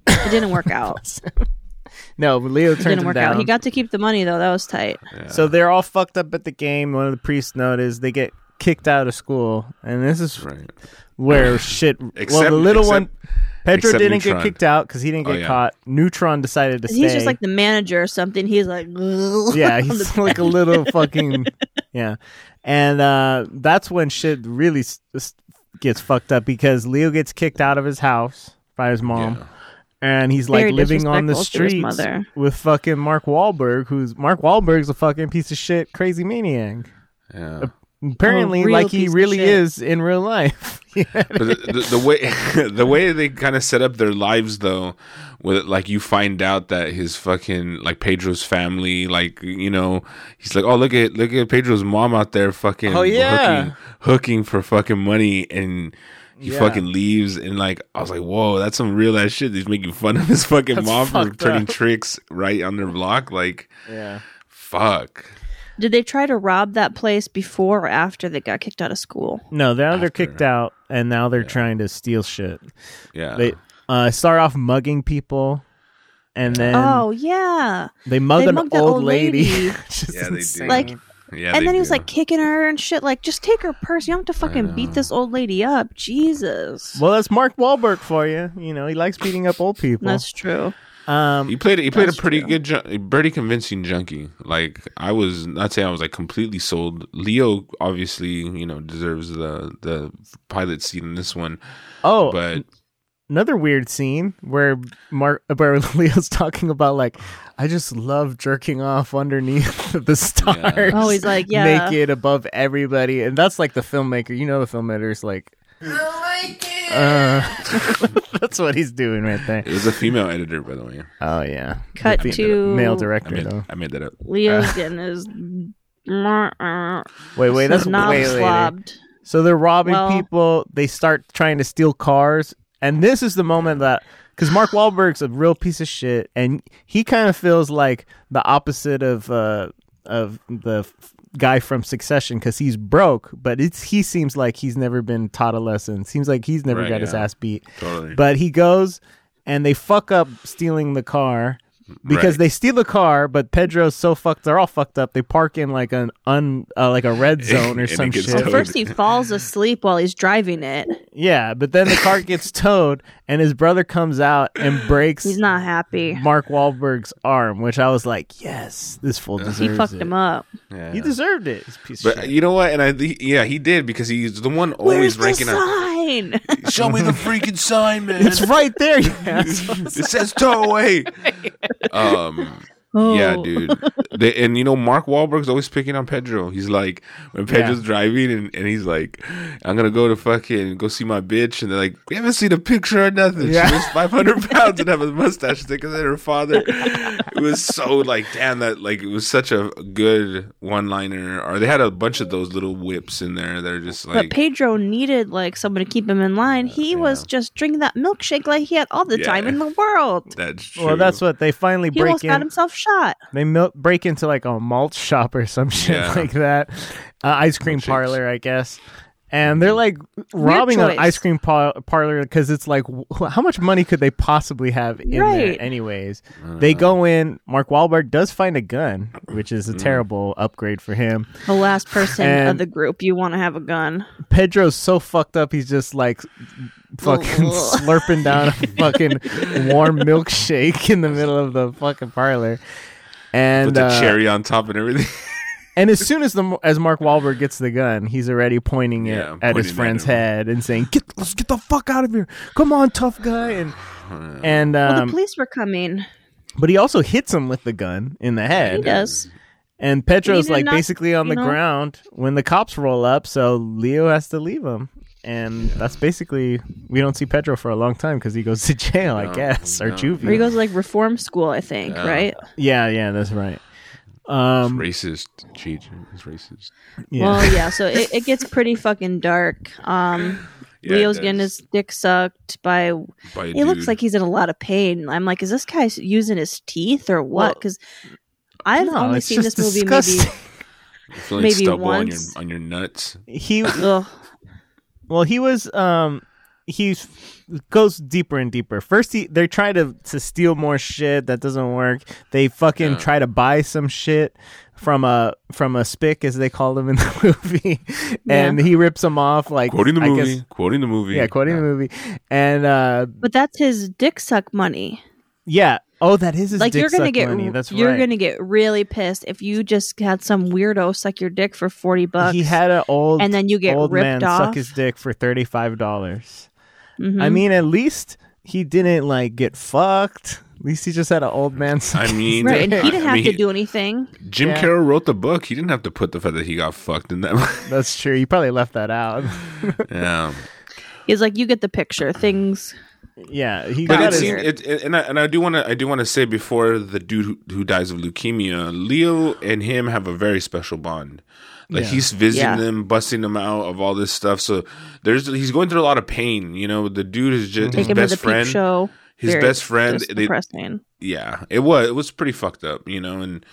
Speaker 2: it didn't work out
Speaker 3: No, but Leo
Speaker 2: it
Speaker 3: turned
Speaker 2: didn't
Speaker 3: him
Speaker 2: work
Speaker 3: down.
Speaker 2: out he got to keep the money though that was tight
Speaker 3: So they're all fucked up at the game. One of the priests notices they get kicked out of school, and this is
Speaker 1: Right.
Speaker 3: where shit. well,
Speaker 1: Except-
Speaker 3: the little
Speaker 1: except-
Speaker 3: one, Pedro
Speaker 1: except
Speaker 3: didn't get
Speaker 1: Neutron.
Speaker 3: kicked out because he didn't
Speaker 1: Oh,
Speaker 3: get
Speaker 1: yeah.
Speaker 3: caught. Neutron decided to stay.
Speaker 2: he's just like the manager or something he's like
Speaker 3: yeah,
Speaker 2: on the
Speaker 3: he's like a little fucking yeah, and uh, that's when shit really s- s- gets fucked up because Leo gets kicked out of his house by his mom.
Speaker 1: Yeah.
Speaker 3: And he's
Speaker 2: Very
Speaker 3: like living on the
Speaker 2: disrespectful to his
Speaker 3: streets
Speaker 2: mother.
Speaker 3: with fucking Mark Wahlberg, who's Mark Wahlberg's a fucking piece of shit, crazy maniac.
Speaker 1: Yeah.
Speaker 3: apparently
Speaker 2: A real
Speaker 3: like he
Speaker 2: piece of
Speaker 3: really
Speaker 2: shit.
Speaker 3: is in real life.
Speaker 1: but the, the, the way the way they kind of set up their lives though with like you find out that his fucking like pedro's family like you know he's like oh look at look at pedro's mom out there fucking
Speaker 3: Oh, yeah.
Speaker 1: hooking, hooking for fucking money and he
Speaker 3: Yeah.
Speaker 1: fucking leaves and like i was like whoa that's some real ass shit he's making fun of his fucking
Speaker 3: That's
Speaker 1: mom for
Speaker 3: fucked
Speaker 1: turning
Speaker 3: up.
Speaker 1: tricks right on their block like
Speaker 3: yeah.
Speaker 1: fuck
Speaker 2: did they try to rob that place before or after they got kicked out of school
Speaker 3: No, now they're
Speaker 1: After.
Speaker 3: kicked out and now they're trying to steal shit.
Speaker 1: yeah
Speaker 3: They uh, start off mugging people and then
Speaker 2: oh yeah
Speaker 3: they mug
Speaker 2: they
Speaker 3: an
Speaker 2: mugged
Speaker 3: old,
Speaker 2: the old
Speaker 3: lady.
Speaker 2: lady.
Speaker 3: Which is
Speaker 1: Yeah, they do.
Speaker 3: insane.
Speaker 2: like
Speaker 1: yeah
Speaker 2: and
Speaker 1: they
Speaker 2: then he was
Speaker 1: do.
Speaker 2: like kicking her and shit. Like, just take her purse. You don't have to fucking beat
Speaker 1: know.
Speaker 2: this old lady up. Jesus.
Speaker 3: well, that's Mark Wahlberg for you. You know, he likes beating up old people.
Speaker 2: That's true.
Speaker 3: um
Speaker 1: He played. He played a
Speaker 2: That's
Speaker 1: pretty
Speaker 2: true.
Speaker 1: good, ju- pretty convincing junkie. Like I was not saying I was like completely sold. Leo obviously, you know, deserves the the pilot seat in this one.
Speaker 3: oh,
Speaker 1: But
Speaker 3: another weird scene where Mark where Leo's talking about like I just love jerking off underneath the stars.
Speaker 2: Oh, he's like, yeah.
Speaker 3: naked above everybody, and that's like the filmmaker. You know, the filmmaker's like, uh, that's what he's doing right there.
Speaker 1: it was a female editor, by the way.
Speaker 3: Oh yeah,
Speaker 2: Cut
Speaker 1: I mean,
Speaker 2: to
Speaker 3: male
Speaker 1: I
Speaker 3: director
Speaker 1: made
Speaker 3: though.
Speaker 1: I made that up.
Speaker 3: uh,
Speaker 2: Leo's getting his
Speaker 3: Wait, wait, that's
Speaker 2: knob
Speaker 3: way later.
Speaker 2: slobbed.
Speaker 3: So they're robbing
Speaker 2: Well-
Speaker 3: people. They start trying to steal cars, and this is the moment that because Mark Wahlberg's a real piece of shit, and he kind of feels like the opposite of uh of the f- guy from Succession because he's broke, but it's he seems like he's never been taught a lesson. Seems like he's never
Speaker 1: Right,
Speaker 3: got his
Speaker 1: yeah.
Speaker 3: ass beat.
Speaker 1: Totally.
Speaker 3: But he goes and they fuck up stealing the car because
Speaker 1: Right.
Speaker 3: they steal the car, but Pedro's so fucked. They're all fucked up. They park in like an un uh, like a red zone or
Speaker 1: And it
Speaker 3: some
Speaker 1: gets
Speaker 3: shit.
Speaker 2: Well,
Speaker 1: Totally.
Speaker 2: first he falls asleep while he's driving it.
Speaker 3: Yeah, but then the car gets towed, and his brother comes out and breaks
Speaker 2: He's not happy.
Speaker 3: Mark Wahlberg's arm, which I was like, yes, this fool deserves
Speaker 2: He fucked
Speaker 3: it.
Speaker 2: him up.
Speaker 1: Yeah.
Speaker 3: He deserved it. He's a piece of
Speaker 1: But
Speaker 3: shit.
Speaker 1: you know what? And I, he, yeah, he did because he's the one always
Speaker 2: Where's
Speaker 1: ranking
Speaker 2: the
Speaker 1: up.
Speaker 2: sign?
Speaker 1: Show me the freaking sign, man.
Speaker 3: It's right there. you asshole.
Speaker 1: it says tow away. um, yeah,
Speaker 2: Oh.
Speaker 1: dude. They, and you know, Mark Wahlberg's always picking on Pedro. He's like, when Pedro's driving, and, and he's like, I'm gonna go to fucking go see my bitch, and they're like, we haven't seen a picture or nothing.
Speaker 3: Yeah.
Speaker 1: She was 500 pounds and have a mustache thicker than her father. it was so like, damn, that like it was such a good one-liner. Or they had a bunch of those little whips in there. They're just
Speaker 2: But
Speaker 1: like,
Speaker 2: Pedro needed like someone to keep him in line. He was just drinking that milkshake like he had all the
Speaker 1: Yeah.
Speaker 2: time in the world.
Speaker 1: that's true.
Speaker 3: Well, that's what they finally
Speaker 2: He
Speaker 3: break
Speaker 2: almost got
Speaker 3: in.
Speaker 2: himself shot.
Speaker 3: They mil- break into like a malt shop or some shit
Speaker 1: Yeah. Oh,
Speaker 3: like that, uh, ice cream
Speaker 1: Milkshakes.
Speaker 3: parlor, I guess. And
Speaker 1: Mm-hmm.
Speaker 3: they're like robbing an
Speaker 2: choice.
Speaker 3: ice cream par- parlor because it's like, wh- how much money could they possibly have in
Speaker 2: Right.
Speaker 3: there, anyways?
Speaker 1: Uh.
Speaker 3: They go in. Mark Wahlberg does find a gun, which
Speaker 1: Mm.
Speaker 3: is a terrible upgrade for him.
Speaker 2: The last person of
Speaker 3: And-
Speaker 2: the group you want to have a gun.
Speaker 3: Pedro's so fucked up, he's just like fucking slurping down a fucking warm milkshake in the middle of the fucking parlor. And
Speaker 1: with the
Speaker 3: uh,
Speaker 1: cherry on top and everything.
Speaker 3: And as soon as the as Mark Wahlberg gets the gun, he's already pointing it
Speaker 1: Yeah,
Speaker 3: at
Speaker 1: pointing
Speaker 3: his
Speaker 1: at
Speaker 3: friend's
Speaker 1: him.
Speaker 3: head and saying, "Get let's get the fuck out of here! Come on, tough guy!" And and um,
Speaker 2: Well, Oh, the police were coming.
Speaker 3: but he also hits him with the gun in the
Speaker 2: He
Speaker 3: head.
Speaker 2: does.
Speaker 3: And Petro's
Speaker 2: He did
Speaker 3: like
Speaker 2: not-
Speaker 3: basically on
Speaker 2: you
Speaker 3: the
Speaker 2: know?
Speaker 3: ground when the cops roll up, so Leo has to leave him. And that's basically we don't see Pedro for a long time because he goes to jail, I guess, or
Speaker 1: no.
Speaker 3: juvie.
Speaker 2: Or he goes to, like reform school, I think, right?
Speaker 3: yeah, yeah, that's right. Um,
Speaker 1: racist, cheat. It's racist.
Speaker 3: yeah.
Speaker 2: Well, yeah. So it, it gets pretty fucking dark. Um,
Speaker 1: Yeah, it
Speaker 2: Leo's getting
Speaker 1: does.
Speaker 2: his dick sucked by.
Speaker 1: By a
Speaker 2: He looks
Speaker 1: dude.
Speaker 2: like he's in a lot of pain. I'm like, is this guy using his teeth or what? Because I've
Speaker 3: No,
Speaker 2: only
Speaker 3: it's
Speaker 2: seen this
Speaker 3: just
Speaker 2: movie
Speaker 3: disgusting.
Speaker 1: Feel like
Speaker 2: maybe
Speaker 1: stubble
Speaker 2: once.
Speaker 1: on your on your nuts.
Speaker 3: he
Speaker 2: maybe. Ugh.
Speaker 3: Well, he was um he goes deeper and deeper. First, he they try to to steal more shit that doesn't work. They fucking try to buy some shit from a from a spick as they call him in the movie, and he rips them off like
Speaker 1: Quoting the
Speaker 3: I
Speaker 1: movie.
Speaker 3: guess-
Speaker 1: quoting the movie.
Speaker 3: yeah, quoting the movie, and uh
Speaker 2: But that's his dick suck money.
Speaker 3: yeah. Oh, that is his
Speaker 2: like
Speaker 3: dick
Speaker 2: you're gonna
Speaker 3: suck
Speaker 2: get
Speaker 3: money. That's
Speaker 2: you're
Speaker 3: right.
Speaker 2: gonna get really pissed if you just had some weirdo suck your dick for forty bucks.
Speaker 3: He had an old
Speaker 2: and then you get
Speaker 3: old
Speaker 2: ripped
Speaker 3: man
Speaker 2: off.
Speaker 3: suck his dick for thirty five dollars.
Speaker 2: Mhm.
Speaker 3: I mean, at least he didn't like get fucked. At least he just had an old man. Suck
Speaker 1: I
Speaker 3: his
Speaker 1: mean,
Speaker 2: right, and
Speaker 1: I-
Speaker 2: he didn't
Speaker 1: I
Speaker 2: have to
Speaker 1: mean,
Speaker 2: do anything.
Speaker 1: Jim
Speaker 3: Yeah.
Speaker 1: Carroll wrote the book. He didn't have to put the fact that he got fucked in that.
Speaker 3: That's true. You probably left that out.
Speaker 1: yeah,
Speaker 2: He's like, you get the picture. Things
Speaker 3: yeah, he
Speaker 1: but
Speaker 3: got
Speaker 1: it
Speaker 2: is-
Speaker 1: seemed,
Speaker 3: his,
Speaker 1: it, it- and I and I do want to I do want to say before the dude who, who dies of leukemia, Leo and him have a very special bond. Like
Speaker 3: Yeah.
Speaker 1: he's visiting
Speaker 2: Yeah.
Speaker 1: them, busting them out of all this stuff. So there's he's going through a lot of pain. You know, the dude is just
Speaker 2: take
Speaker 1: his
Speaker 2: him to the
Speaker 1: best
Speaker 2: peep
Speaker 1: friend.
Speaker 2: show.
Speaker 1: His
Speaker 2: Very
Speaker 1: best friend.
Speaker 2: just
Speaker 1: They,
Speaker 2: depressing.
Speaker 1: yeah it was it was pretty fucked up you know and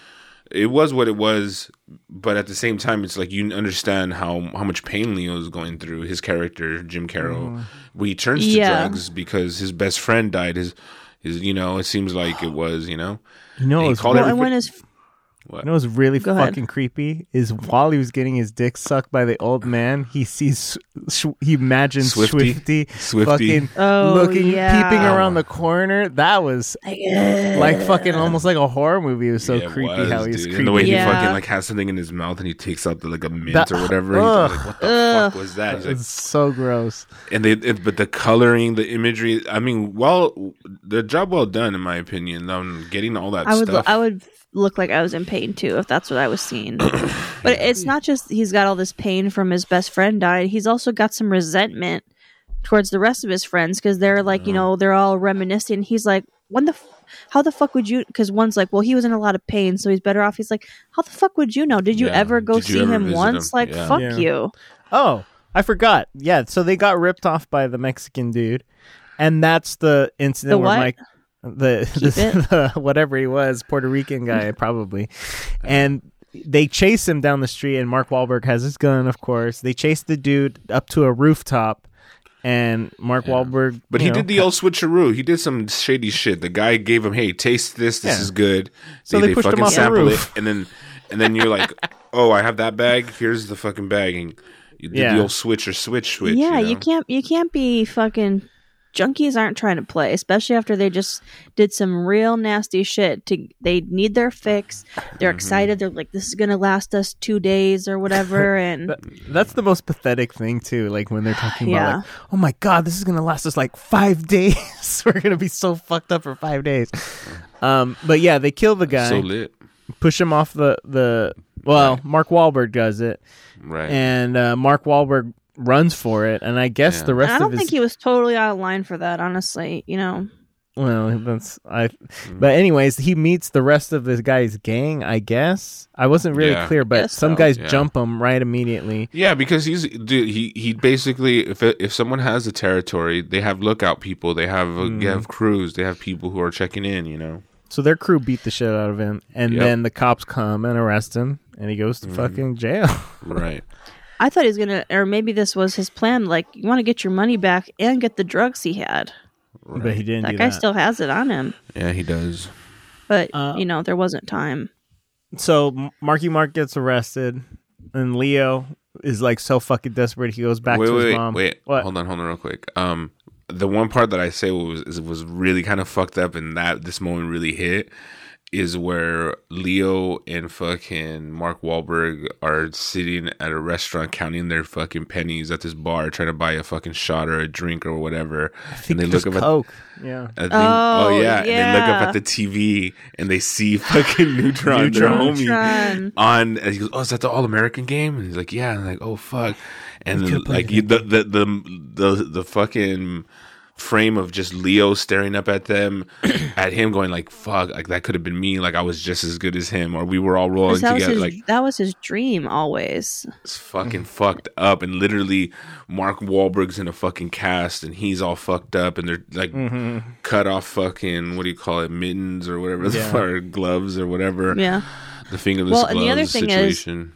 Speaker 1: it was what it was but at the same time it's like you understand how how much pain leo is going through his character jim carroll
Speaker 3: Mm-hmm.
Speaker 1: when he turns to
Speaker 2: Yeah.
Speaker 1: drugs because his best friend died his his you know it seems like it was you know
Speaker 3: you know,
Speaker 1: he
Speaker 3: what was,
Speaker 1: called
Speaker 2: Well,
Speaker 1: everybody-
Speaker 2: I want his
Speaker 3: you know what was really
Speaker 2: Go ahead.
Speaker 3: fucking creepy is while he was getting his dick sucked by the old man, he sees Sw- he imagines
Speaker 1: Swifty.
Speaker 3: Swifty,
Speaker 1: Swifty.
Speaker 3: fucking
Speaker 2: Oh,
Speaker 3: looking
Speaker 2: yeah.
Speaker 3: peeping around the corner. That was like fucking almost like a horror movie. It was so
Speaker 1: Yeah, it
Speaker 3: creepy
Speaker 1: was,
Speaker 3: how he was
Speaker 1: dude.
Speaker 3: creepy.
Speaker 1: and the way
Speaker 2: Yeah.
Speaker 1: he fucking like has something in his mouth and he takes out the, like a mint
Speaker 3: That-
Speaker 1: or whatever he's
Speaker 3: ugh.
Speaker 1: like what the
Speaker 2: Ugh.
Speaker 1: fuck was that He's like,
Speaker 3: it's so gross.
Speaker 1: and they it, but the coloring the imagery i mean well the job well done in my opinion on getting all that
Speaker 2: I would
Speaker 1: stuff
Speaker 2: I would look like I was in pain too if that's what I was seeing. but it's not just he's got all this pain from his best friend dying. He's also got some resentment towards the rest of his friends because they're like you know they're all reminiscing. He's like, when the f- how the fuck would you? Because one's like, well, he was in a lot of pain, so he's better off. He's like, how the fuck would you know? Did you
Speaker 1: Yeah.
Speaker 2: ever go
Speaker 1: Did you
Speaker 2: see
Speaker 1: ever
Speaker 2: him
Speaker 1: visit
Speaker 2: once?
Speaker 1: him?
Speaker 2: Like,
Speaker 1: Yeah.
Speaker 2: fuck
Speaker 3: Yeah.
Speaker 2: you.
Speaker 3: Oh, I forgot. Yeah, so they got ripped off by the Mexican dude, and that's the incident
Speaker 2: The
Speaker 3: where
Speaker 2: what?
Speaker 3: Mike, the, the, the whatever he was, Puerto Rican guy probably, and they chase him down the street, and Mark Wahlberg has his gun, of course. They chase the dude up to a rooftop, and Mark Wahlberg,
Speaker 1: But
Speaker 3: you
Speaker 1: he
Speaker 3: know,
Speaker 1: did the old switcheroo. He did some shady shit. The guy gave him, "Hey, taste this. This
Speaker 3: Yeah.
Speaker 1: is good."
Speaker 3: So they pushed him off the roof.
Speaker 1: it, and then and then you're like, "Oh, I have that bag. Here's the fucking bag." And you did
Speaker 3: Yeah.
Speaker 1: the old switch or switch switch.
Speaker 2: yeah, you,
Speaker 1: know?
Speaker 2: can't you can't be fucking junkies aren't trying to play, especially after they just did some real nasty shit to they need their fix. They're
Speaker 3: Mm-hmm.
Speaker 2: excited, they're like this is going to last us 2 days or whatever and
Speaker 3: That's the most pathetic thing too. Like when they're talking
Speaker 2: Yeah.
Speaker 3: about, like, oh my god, this is gonna last us like five days. We're gonna be so fucked up for five days. Um, but yeah, they kill the guy,
Speaker 1: So lit,
Speaker 3: push him off the the. Well, Mark Wahlberg does it,
Speaker 1: right?
Speaker 3: and uh, Mark Wahlberg runs for it, and I guess
Speaker 1: Yeah.
Speaker 3: the
Speaker 2: and
Speaker 3: rest
Speaker 2: I
Speaker 3: of
Speaker 2: don't
Speaker 3: his.
Speaker 2: think he was totally out of line for that, honestly, you know.
Speaker 3: well, that's I.
Speaker 1: Mm.
Speaker 3: But anyways, he meets the rest of this guy's gang. I guess I wasn't really
Speaker 1: Yeah.
Speaker 3: clear, but
Speaker 2: Guess
Speaker 3: some
Speaker 2: so.
Speaker 3: guys
Speaker 1: Yeah.
Speaker 3: jump him right immediately.
Speaker 1: yeah, because he's dude. He he basically if if someone has a territory, they have lookout people. They have uh, they
Speaker 3: Mm-hmm.
Speaker 1: have crews. They have people who are checking in. You know.
Speaker 3: So their crew beat the shit out of him, and
Speaker 1: Yep. Mm-hmm.
Speaker 3: then the cops come and arrest him, and he goes to fucking jail.
Speaker 1: Right.
Speaker 2: I thought he was going to or maybe this was his plan like you want to get your money back and get the drugs he had.
Speaker 3: But he didn't.
Speaker 2: That
Speaker 3: do
Speaker 2: guy
Speaker 3: that.
Speaker 2: still has it on him.
Speaker 1: Yeah, he does.
Speaker 2: But
Speaker 3: Uh,
Speaker 2: you know, there wasn't time.
Speaker 3: So M- Marky Mark gets arrested, and Leo is like so fucking desperate he goes back
Speaker 1: wait,
Speaker 3: to
Speaker 1: wait,
Speaker 3: his
Speaker 1: wait,
Speaker 3: mom.
Speaker 1: wait.
Speaker 3: What?
Speaker 1: Hold on, hold on, real quick. Um, the one part that I say was is- was really kind of fucked up, and that this moment really hit is where Leo and fucking Mark Wahlberg are sitting at a restaurant counting their fucking pennies at this bar, trying to buy a fucking shot or a drink or whatever, and they
Speaker 3: Just
Speaker 1: look up at.
Speaker 3: coke. Yeah.
Speaker 1: I think-
Speaker 2: Oh,
Speaker 1: oh, yeah. and they look
Speaker 2: yeah.
Speaker 1: up at the TV and they see fucking Neutron, their
Speaker 3: Neutron.
Speaker 1: homie,
Speaker 2: Neutron.
Speaker 1: on. And he goes, "Oh, is that the All American game?" And he's like, "Yeah." And I'm like, "Oh fuck!"
Speaker 3: We could've
Speaker 1: And
Speaker 3: played
Speaker 1: like you, the, the the the the fucking frame of just Leo staring up at them, at him going like, "Fuck!" Like that could have been me. Like I was just as good as him, or we were all rolling
Speaker 3: oh,
Speaker 2: 'Cause That was,
Speaker 1: together.
Speaker 2: his,
Speaker 1: Like
Speaker 2: that was his dream always.
Speaker 1: it's fucking fucked up, and literally, Mark Wahlberg's in a fucking cast, and he's all fucked up, and they're like cut off fucking what do you call it, mittens or whatever, the
Speaker 3: Yeah.
Speaker 1: or gloves or whatever,
Speaker 2: Yeah.
Speaker 1: the fingerless
Speaker 2: Well, and
Speaker 1: gloves
Speaker 2: the other thing is-
Speaker 1: situation.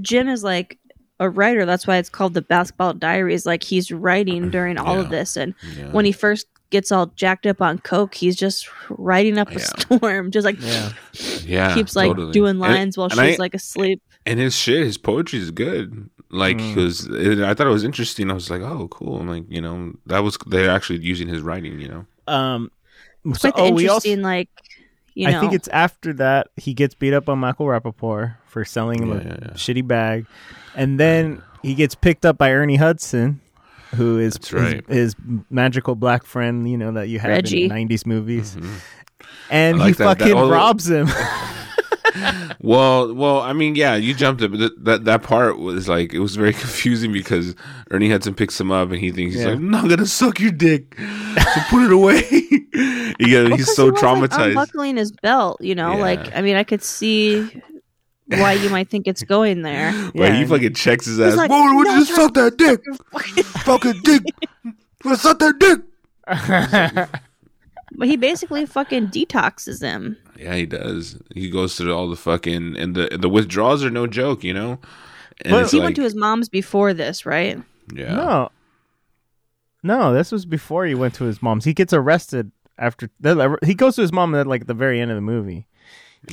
Speaker 2: Jim is like a writer. That's why it's called the Basketball Diaries. Like he's writing during all of
Speaker 1: Mm, Yeah.
Speaker 2: this, and
Speaker 1: Yeah.
Speaker 2: when he first gets all jacked up on coke, he's just writing up a
Speaker 1: Yeah.
Speaker 2: storm, just like
Speaker 1: yeah,
Speaker 2: keeps like
Speaker 1: totally.
Speaker 2: doing
Speaker 1: And-
Speaker 2: lines while
Speaker 1: and I-
Speaker 2: she's like asleep.
Speaker 1: and his shit, his poetry is good. Like, because I thought it was interesting. I was like, oh, cool. I'm like, you know, that was they're actually using his writing. You know,
Speaker 3: Um.
Speaker 2: It's
Speaker 3: So,
Speaker 2: quite the
Speaker 3: oh, we also.
Speaker 2: interesting, like you know,
Speaker 3: I think it's after that he gets beat up by Michael Rappaport for selling him a
Speaker 1: Yeah, yeah, yeah.
Speaker 3: shitty bag, and then he gets picked up by Ernie Hudson, who is
Speaker 1: That's right.
Speaker 3: his, his magical black friend, you know that you had
Speaker 2: Reggie.
Speaker 3: in '90s movies,
Speaker 1: Mm-hmm.
Speaker 3: and
Speaker 1: I
Speaker 3: he
Speaker 1: like that- that-
Speaker 3: fucking
Speaker 1: oh,
Speaker 3: robs him.
Speaker 1: well, well, I mean, yeah, you jumped it, but th- that that part was like it was very confusing because Ernie Hudson picks him up and he thinks he's
Speaker 3: Yeah.
Speaker 1: like, no, I'm gonna suck your dick, so put it away. yeah,
Speaker 2: Well, 'cause
Speaker 1: he's so
Speaker 2: he was, like,
Speaker 1: traumatized.
Speaker 2: unbuckling his belt, you know,
Speaker 1: Yeah.
Speaker 2: like I mean, I could see why you might think it's going there.
Speaker 1: Where
Speaker 3: Yeah.
Speaker 1: he fucking checks his ass.
Speaker 2: like,
Speaker 1: Whoa, would
Speaker 2: "No,
Speaker 1: you just
Speaker 2: you're
Speaker 1: suck that dick? fucking dick. Well, suck that dick.
Speaker 2: But he basically fucking detoxes him.
Speaker 1: Yeah, he does. He goes through all the fucking and the the withdrawals are no joke, you know. And
Speaker 3: But-
Speaker 1: it's
Speaker 2: He
Speaker 1: like-
Speaker 2: went to his mom's before this, right?
Speaker 1: yeah.
Speaker 3: No. No, this was before he went to his mom's. He gets arrested after he goes to his mom at like the very end of the movie.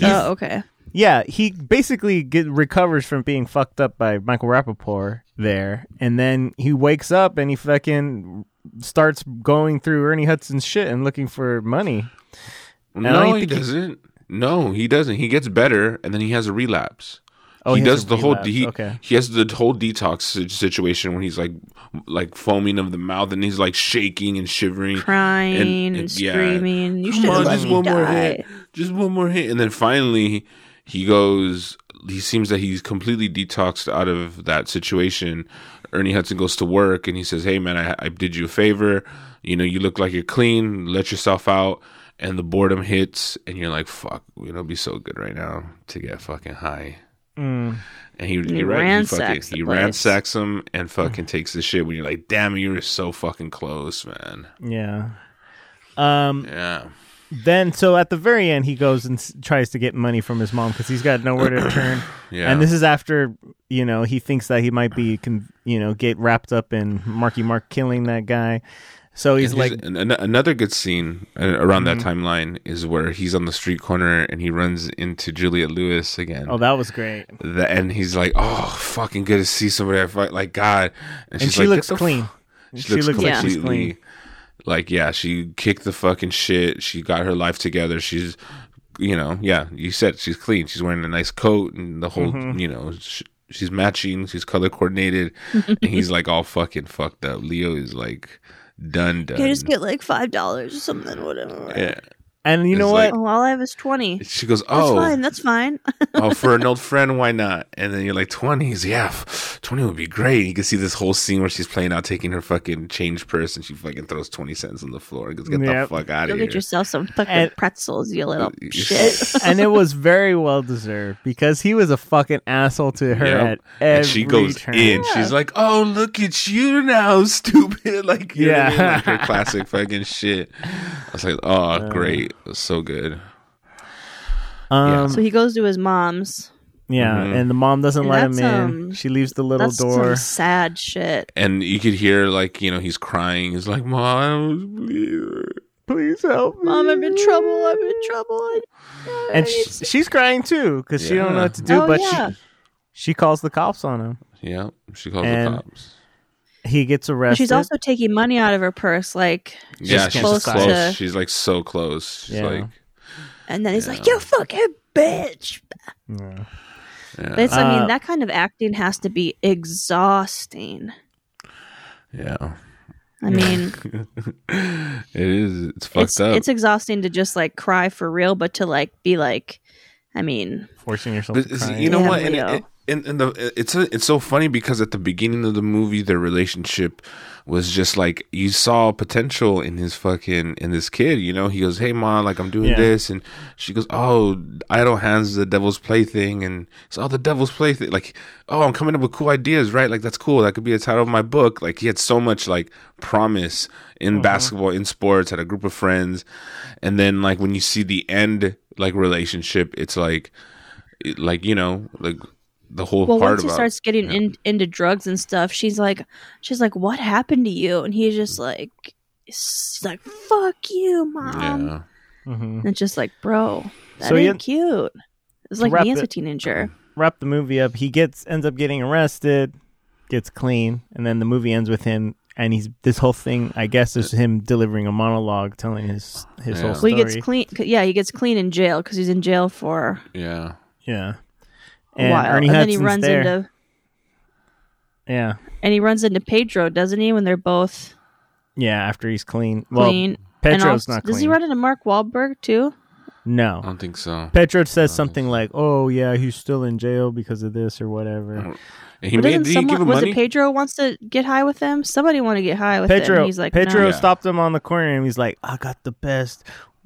Speaker 2: Oh, okay.
Speaker 3: Yeah, he basically get, recovers from being fucked up by Michael Rappaport there, and then he wakes up and he fucking starts going through Ernie Hudson's shit and looking for money. I don't
Speaker 1: no, he
Speaker 3: think he-
Speaker 1: doesn't. No, he doesn't. He gets better, and then he has a relapse.
Speaker 3: Oh,
Speaker 1: he,
Speaker 3: he has
Speaker 1: does
Speaker 3: a
Speaker 1: the whole
Speaker 3: relapse,
Speaker 1: he,
Speaker 3: okay.
Speaker 1: he has the whole detox si- situation when he's like like foaming of the mouth and he's like shaking and shivering,
Speaker 2: Crying and,
Speaker 1: yeah.
Speaker 2: screaming. You should
Speaker 1: Come
Speaker 2: have
Speaker 1: on,
Speaker 2: let
Speaker 1: just
Speaker 2: me
Speaker 1: one more
Speaker 2: die.
Speaker 1: hit. Just one more hit. And then finally, he goes, he seems that he's completely detoxed out of that situation. Ernie Hudson goes to work and he says, Hey, man, I, I did you a favor. You know, you look like you're clean, let yourself out. And the boredom hits, and you're like, fuck, you know, it'd be so good right now to get fucking high. And he,
Speaker 2: he
Speaker 1: you're right, he, fucking,
Speaker 2: ransacks the
Speaker 1: he
Speaker 2: place.
Speaker 1: ransacks him and fucking takes the shit when you're like, damn, you were so fucking close, man.
Speaker 3: Yeah. Um.
Speaker 1: Yeah.
Speaker 3: Then, so at the very end, he goes and s- tries to get money from his mom because he's got nowhere to turn.
Speaker 1: Yeah.
Speaker 3: And this is after you know he thinks that he might be, con- you know, get wrapped up in Marky Mark killing that guy. So he's
Speaker 1: And
Speaker 3: like, Mm-hmm.
Speaker 1: an, an- another good scene uh, around that timeline is where he's on the street corner and he runs into Juliet Lewis again.
Speaker 3: "Oh, that was great."
Speaker 1: The- and he's like, "Oh, fucking good to see somebody I fight like God." And,
Speaker 3: And
Speaker 1: she's
Speaker 3: she
Speaker 1: like, "Get
Speaker 3: looks
Speaker 1: the f-
Speaker 3: clean.
Speaker 1: She,
Speaker 3: She
Speaker 1: looks,
Speaker 3: looks
Speaker 2: like she's
Speaker 1: completely
Speaker 3: clean.
Speaker 1: like yeah. She kicked the fucking shit. She got her life together. She's, you know, yeah. You said she's clean. She's wearing a nice coat and the whole,
Speaker 3: Mm-hmm.
Speaker 1: you know, sh- she's matching. She's color coordinated. and he's like all fucking fucked up. Leo is like done done.
Speaker 2: Can I just get like five dollars or something, whatever. right?
Speaker 1: yeah.
Speaker 3: And you
Speaker 1: It's
Speaker 3: know
Speaker 1: like-
Speaker 3: what?
Speaker 2: Oh, all I have is twenty.
Speaker 1: She goes,
Speaker 2: That's
Speaker 1: "Oh,
Speaker 2: fine. That's fine.
Speaker 1: oh, for an old friend, why not? And then you're like, 20s, yeah, f- 20 would be great. You can see this whole scene where she's playing out, taking her fucking change purse, and she fucking throws 20 cents on the floor and goes, get
Speaker 3: Yep.
Speaker 1: the fuck out
Speaker 2: Go
Speaker 1: of here.
Speaker 2: get yourself some fucking
Speaker 3: And-
Speaker 2: pretzels, you little shit.
Speaker 3: and it was very well deserved because he was a fucking asshole to her
Speaker 1: Yep.
Speaker 3: at every
Speaker 1: and she goes
Speaker 3: turn.
Speaker 1: in. She's like, "Oh, look at you now, stupid!" Like, you yeah, know what I mean?
Speaker 3: Yeah. Uh.
Speaker 1: like her classic fucking shit. I was like, "Oh, great, It was so good."
Speaker 3: Um,
Speaker 2: So he goes to his mom's.
Speaker 3: yeah,
Speaker 1: Mhm.
Speaker 3: and the mom doesn't let him
Speaker 2: That's,
Speaker 3: in.
Speaker 2: um,
Speaker 3: she leaves the little
Speaker 2: That's some
Speaker 3: door.
Speaker 2: sad shit.
Speaker 1: And you could hear like you know he's crying. He's like, "Mom, please,
Speaker 3: Please help me.
Speaker 2: Mom, I'm in trouble. I'm in trouble. I-
Speaker 3: and sh- she's crying too because she don't know
Speaker 1: Yeah.
Speaker 3: what to do.
Speaker 2: Oh,
Speaker 3: but
Speaker 2: yeah.
Speaker 3: she she calls the cops on him.
Speaker 1: yeah." She calls
Speaker 3: And-
Speaker 1: the cops.
Speaker 3: He gets
Speaker 2: But
Speaker 3: arrested.
Speaker 2: she's also taking money out of her purse, like,
Speaker 1: yeah, she's
Speaker 3: close
Speaker 1: close.
Speaker 2: to-
Speaker 1: She's like so close. She's
Speaker 3: Yeah.
Speaker 1: like,
Speaker 2: and then he's like, "You fucking bitch."
Speaker 3: Yeah.
Speaker 1: yeah,
Speaker 2: But it's, I
Speaker 3: Uh,
Speaker 2: mean, that kind of acting has to be exhausting.
Speaker 1: yeah.
Speaker 2: I mean,
Speaker 1: it is. It's fucked
Speaker 2: it's
Speaker 1: up.
Speaker 2: it's exhausting to just like cry for real, but to like be like, I mean,
Speaker 3: forcing yourself.
Speaker 1: but
Speaker 3: to
Speaker 1: it's-
Speaker 3: cry.
Speaker 1: you know
Speaker 2: Yeah,
Speaker 1: what? And,
Speaker 2: Leo.
Speaker 1: it- and, and the it's a, it's so funny because at the beginning of the movie, their relationship was just like you saw potential in his fucking in this kid. You know, he goes, "Hey, mom, like I'm doing
Speaker 3: Yeah.
Speaker 1: this," and she goes, "Oh, idle hands is the devil's plaything," and it's all the devil's plaything. Like, oh, I'm coming up with cool ideas, right? Like that's cool. That could be the title of my book. Like he had so much like promise in
Speaker 3: Mm-hmm.
Speaker 1: basketball, in sports, had a group of friends, and then like when you see the end like relationship, it's like it- like you know like the whole
Speaker 2: well,
Speaker 1: part
Speaker 2: once he
Speaker 1: about
Speaker 2: starts getting
Speaker 1: yeah.
Speaker 2: in, into drugs and stuff, she's like, she's like, "What happened to you?" And he's just like, she's like, "Fuck you, mom."
Speaker 1: yeah
Speaker 3: Mhm.
Speaker 2: And it's just like, bro, that
Speaker 3: So
Speaker 2: ain't
Speaker 3: you-
Speaker 2: cute. It's
Speaker 3: to
Speaker 2: like
Speaker 3: wrap
Speaker 2: me as a
Speaker 3: it-
Speaker 2: teenager.
Speaker 3: Wrap the movie up. He gets ends up getting arrested, gets clean, and then the movie ends with him. And he's this whole thing, I guess, is him delivering a monologue, telling his his
Speaker 1: Yeah.
Speaker 3: whole
Speaker 2: Well,
Speaker 3: story.
Speaker 2: he gets clean. Yeah, he gets clean in jail because he's in jail for
Speaker 1: yeah
Speaker 3: Yeah.
Speaker 2: a
Speaker 3: And
Speaker 2: while,
Speaker 3: Ernie
Speaker 2: and
Speaker 3: Hudson's
Speaker 2: then he runs
Speaker 3: there.
Speaker 2: into
Speaker 3: yeah.
Speaker 2: and he runs into Pedro, doesn't he? When they're both
Speaker 3: Yeah, after he's clean.
Speaker 2: clean.
Speaker 3: Well, Petro's
Speaker 2: and also,
Speaker 3: not clean.
Speaker 2: Does he run into Mark Wahlberg too?
Speaker 1: i
Speaker 3: no.
Speaker 1: don't think so
Speaker 3: Petro says something like, "Oh yeah, he's still in jail because of this or whatever."
Speaker 1: And he made
Speaker 2: But doesn't
Speaker 1: did he give
Speaker 2: someone
Speaker 1: him
Speaker 2: was
Speaker 1: money
Speaker 2: it Pedro wants to get high with them? Somebody want to get high with him?
Speaker 3: Pedro,
Speaker 2: and He's like
Speaker 3: Pedro
Speaker 1: Yeah.
Speaker 3: stopped him on the corner and he's like, "I got the best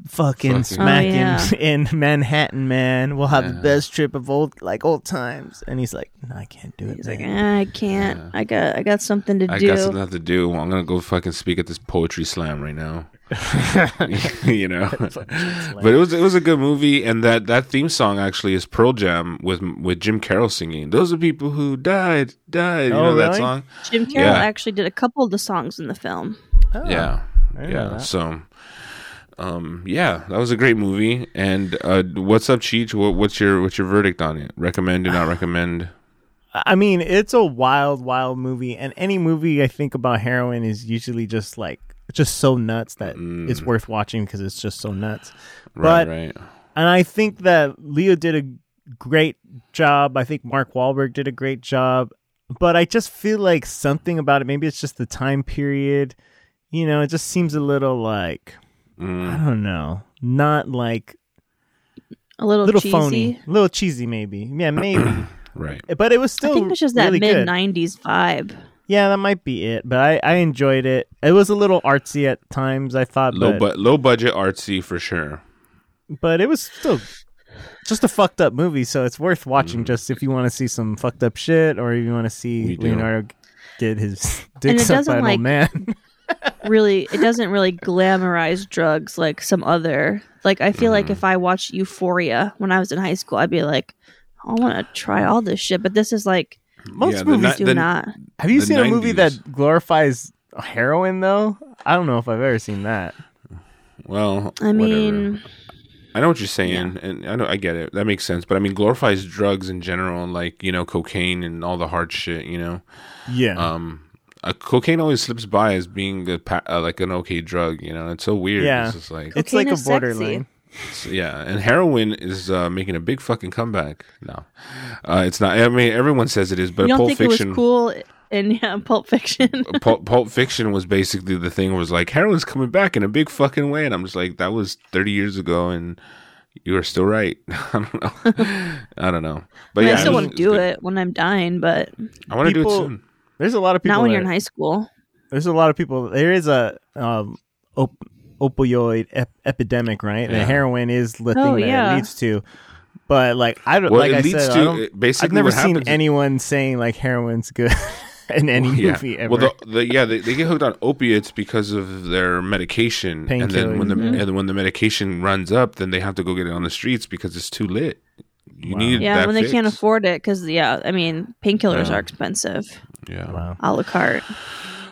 Speaker 3: fucking,
Speaker 1: Fucking-
Speaker 3: smacking
Speaker 2: Oh, yeah.
Speaker 3: in Manhattan, man. We'll have
Speaker 1: Yeah.
Speaker 3: the best trip of old like old times." And he's like, "No, I can't do
Speaker 2: No.
Speaker 3: it."
Speaker 2: He's like,
Speaker 3: man."
Speaker 2: "Ah, I can't.
Speaker 1: Yeah.
Speaker 2: I got I got something to
Speaker 1: i
Speaker 2: do.
Speaker 1: got something I have to do well, i'm gonna go fucking speak at this poetry slam right now you know but it was it was a good movie and that that theme song actually is pearl jam with with jim carroll singing those are people who died died you
Speaker 3: Oh,
Speaker 1: know that
Speaker 3: really?
Speaker 1: song
Speaker 2: Jim Carroll
Speaker 1: Yeah.
Speaker 2: actually did a couple of the songs in the film.
Speaker 3: Oh.
Speaker 1: yeah
Speaker 3: didn't know
Speaker 1: yeah
Speaker 3: that.
Speaker 1: so um yeah that was a great movie and uh what's up cheech what, what's your what's your verdict on it recommend do not recommend
Speaker 2: "Eh."
Speaker 3: I mean, it's a wild, wild movie, and any movie I think about heroin is usually just like just so nuts that it's worth watching because it's just so nuts.
Speaker 1: Mm. right
Speaker 3: but
Speaker 1: right
Speaker 3: and I think that Leo did a great job. I think Mark Wahlberg did a great job, but I just feel like something about it. Maybe it's just the time period. You know, it just seems a little like I don't know, not like
Speaker 2: A little,
Speaker 3: a little
Speaker 2: cheesy.
Speaker 3: phony, a little cheesy, maybe. Yeah, maybe.
Speaker 1: right
Speaker 3: but it was still
Speaker 2: I think it's just that
Speaker 3: Oh, really
Speaker 2: mid
Speaker 3: good.
Speaker 2: '90s vibe.
Speaker 3: Yeah, that might be it. But I, I enjoyed it. It was a little artsy at times. I thought,
Speaker 1: low
Speaker 3: but
Speaker 1: but low budget artsy for sure
Speaker 3: but it was still just a fucked up movie, so it's worth watching just if you want to see some fucked up shit or if you want to see
Speaker 1: Mm. We do.
Speaker 3: Leonardo g- get his
Speaker 2: it
Speaker 3: dick sucked
Speaker 2: doesn't,
Speaker 3: by an
Speaker 2: like-
Speaker 3: old man.
Speaker 2: really it doesn't really glamorize drugs like some other like i feel
Speaker 1: Mm-hmm.
Speaker 2: like if i watched euphoria when i was in high school i'd be like i want to try all this shit but this is like
Speaker 3: Most
Speaker 1: Yeah, the
Speaker 3: movies
Speaker 1: ni-
Speaker 2: do
Speaker 1: the-
Speaker 2: not
Speaker 3: Have you
Speaker 1: the
Speaker 3: seen a movie
Speaker 1: 90s.
Speaker 3: that glorifies heroin though? I don't know if I've ever seen that.
Speaker 1: Well,
Speaker 2: i mean
Speaker 1: whatever. I know what you're saying, and I know I get it. That makes sense. But I mean, glorifies drugs in general, like you know, cocaine and all the hard shit. You know,
Speaker 3: Yeah.
Speaker 1: um, uh, cocaine always slips by as being a pa- uh, like an okay drug. You know, it's so weird.
Speaker 3: Yeah.
Speaker 1: It's just like
Speaker 3: it's like
Speaker 2: Cocaine
Speaker 3: a
Speaker 2: is sexy.
Speaker 3: borderline.
Speaker 1: it's- yeah, and heroin is uh, making a big fucking comeback. No, uh, it's not. I mean, everyone says it is, but
Speaker 2: you don't
Speaker 1: Pulp
Speaker 2: think
Speaker 1: Fiction.
Speaker 2: it was cool in yeah, pulp fiction
Speaker 1: Pulp, Pulp Fiction was basically the thing where it was like heroin's coming back in a big fucking way, and I'm just like, that was 30 years ago, and you were still right. I don't know. I don't know. But
Speaker 2: I, mean,
Speaker 1: yeah,
Speaker 2: I still
Speaker 1: was-
Speaker 2: want
Speaker 1: was
Speaker 2: to do
Speaker 1: good.
Speaker 2: it when i'm dying but
Speaker 1: I want to do it
Speaker 3: People-
Speaker 1: soon.
Speaker 3: There's a lot of people
Speaker 2: not when
Speaker 3: that-
Speaker 2: you're in high school
Speaker 3: there's a lot of people there is a um op- opioid ep- epidemic right
Speaker 1: Yeah.
Speaker 3: and heroin is the
Speaker 2: Oh,
Speaker 3: thing that
Speaker 2: yeah.
Speaker 3: it leads to but like i don't
Speaker 1: Well,
Speaker 3: like
Speaker 1: it
Speaker 3: i
Speaker 1: leads
Speaker 3: said I
Speaker 1: to
Speaker 3: don't-
Speaker 1: it- basically
Speaker 3: i've never
Speaker 1: what
Speaker 3: seen
Speaker 1: happens-
Speaker 3: anyone saying like heroin's good in any
Speaker 1: Yeah.
Speaker 3: movie ever
Speaker 1: Well, the, the, yeah, they, they get hooked on opiates because of their medication, and then when the and then when the medication runs up, then they have to go get it on the streets because it's too lit. You need
Speaker 2: yeah
Speaker 1: that
Speaker 2: when they can't
Speaker 1: fix.
Speaker 2: afford it because yeah i mean painkillers
Speaker 1: Yeah.
Speaker 2: are expensive
Speaker 1: Yeah.
Speaker 3: wow
Speaker 2: a la carte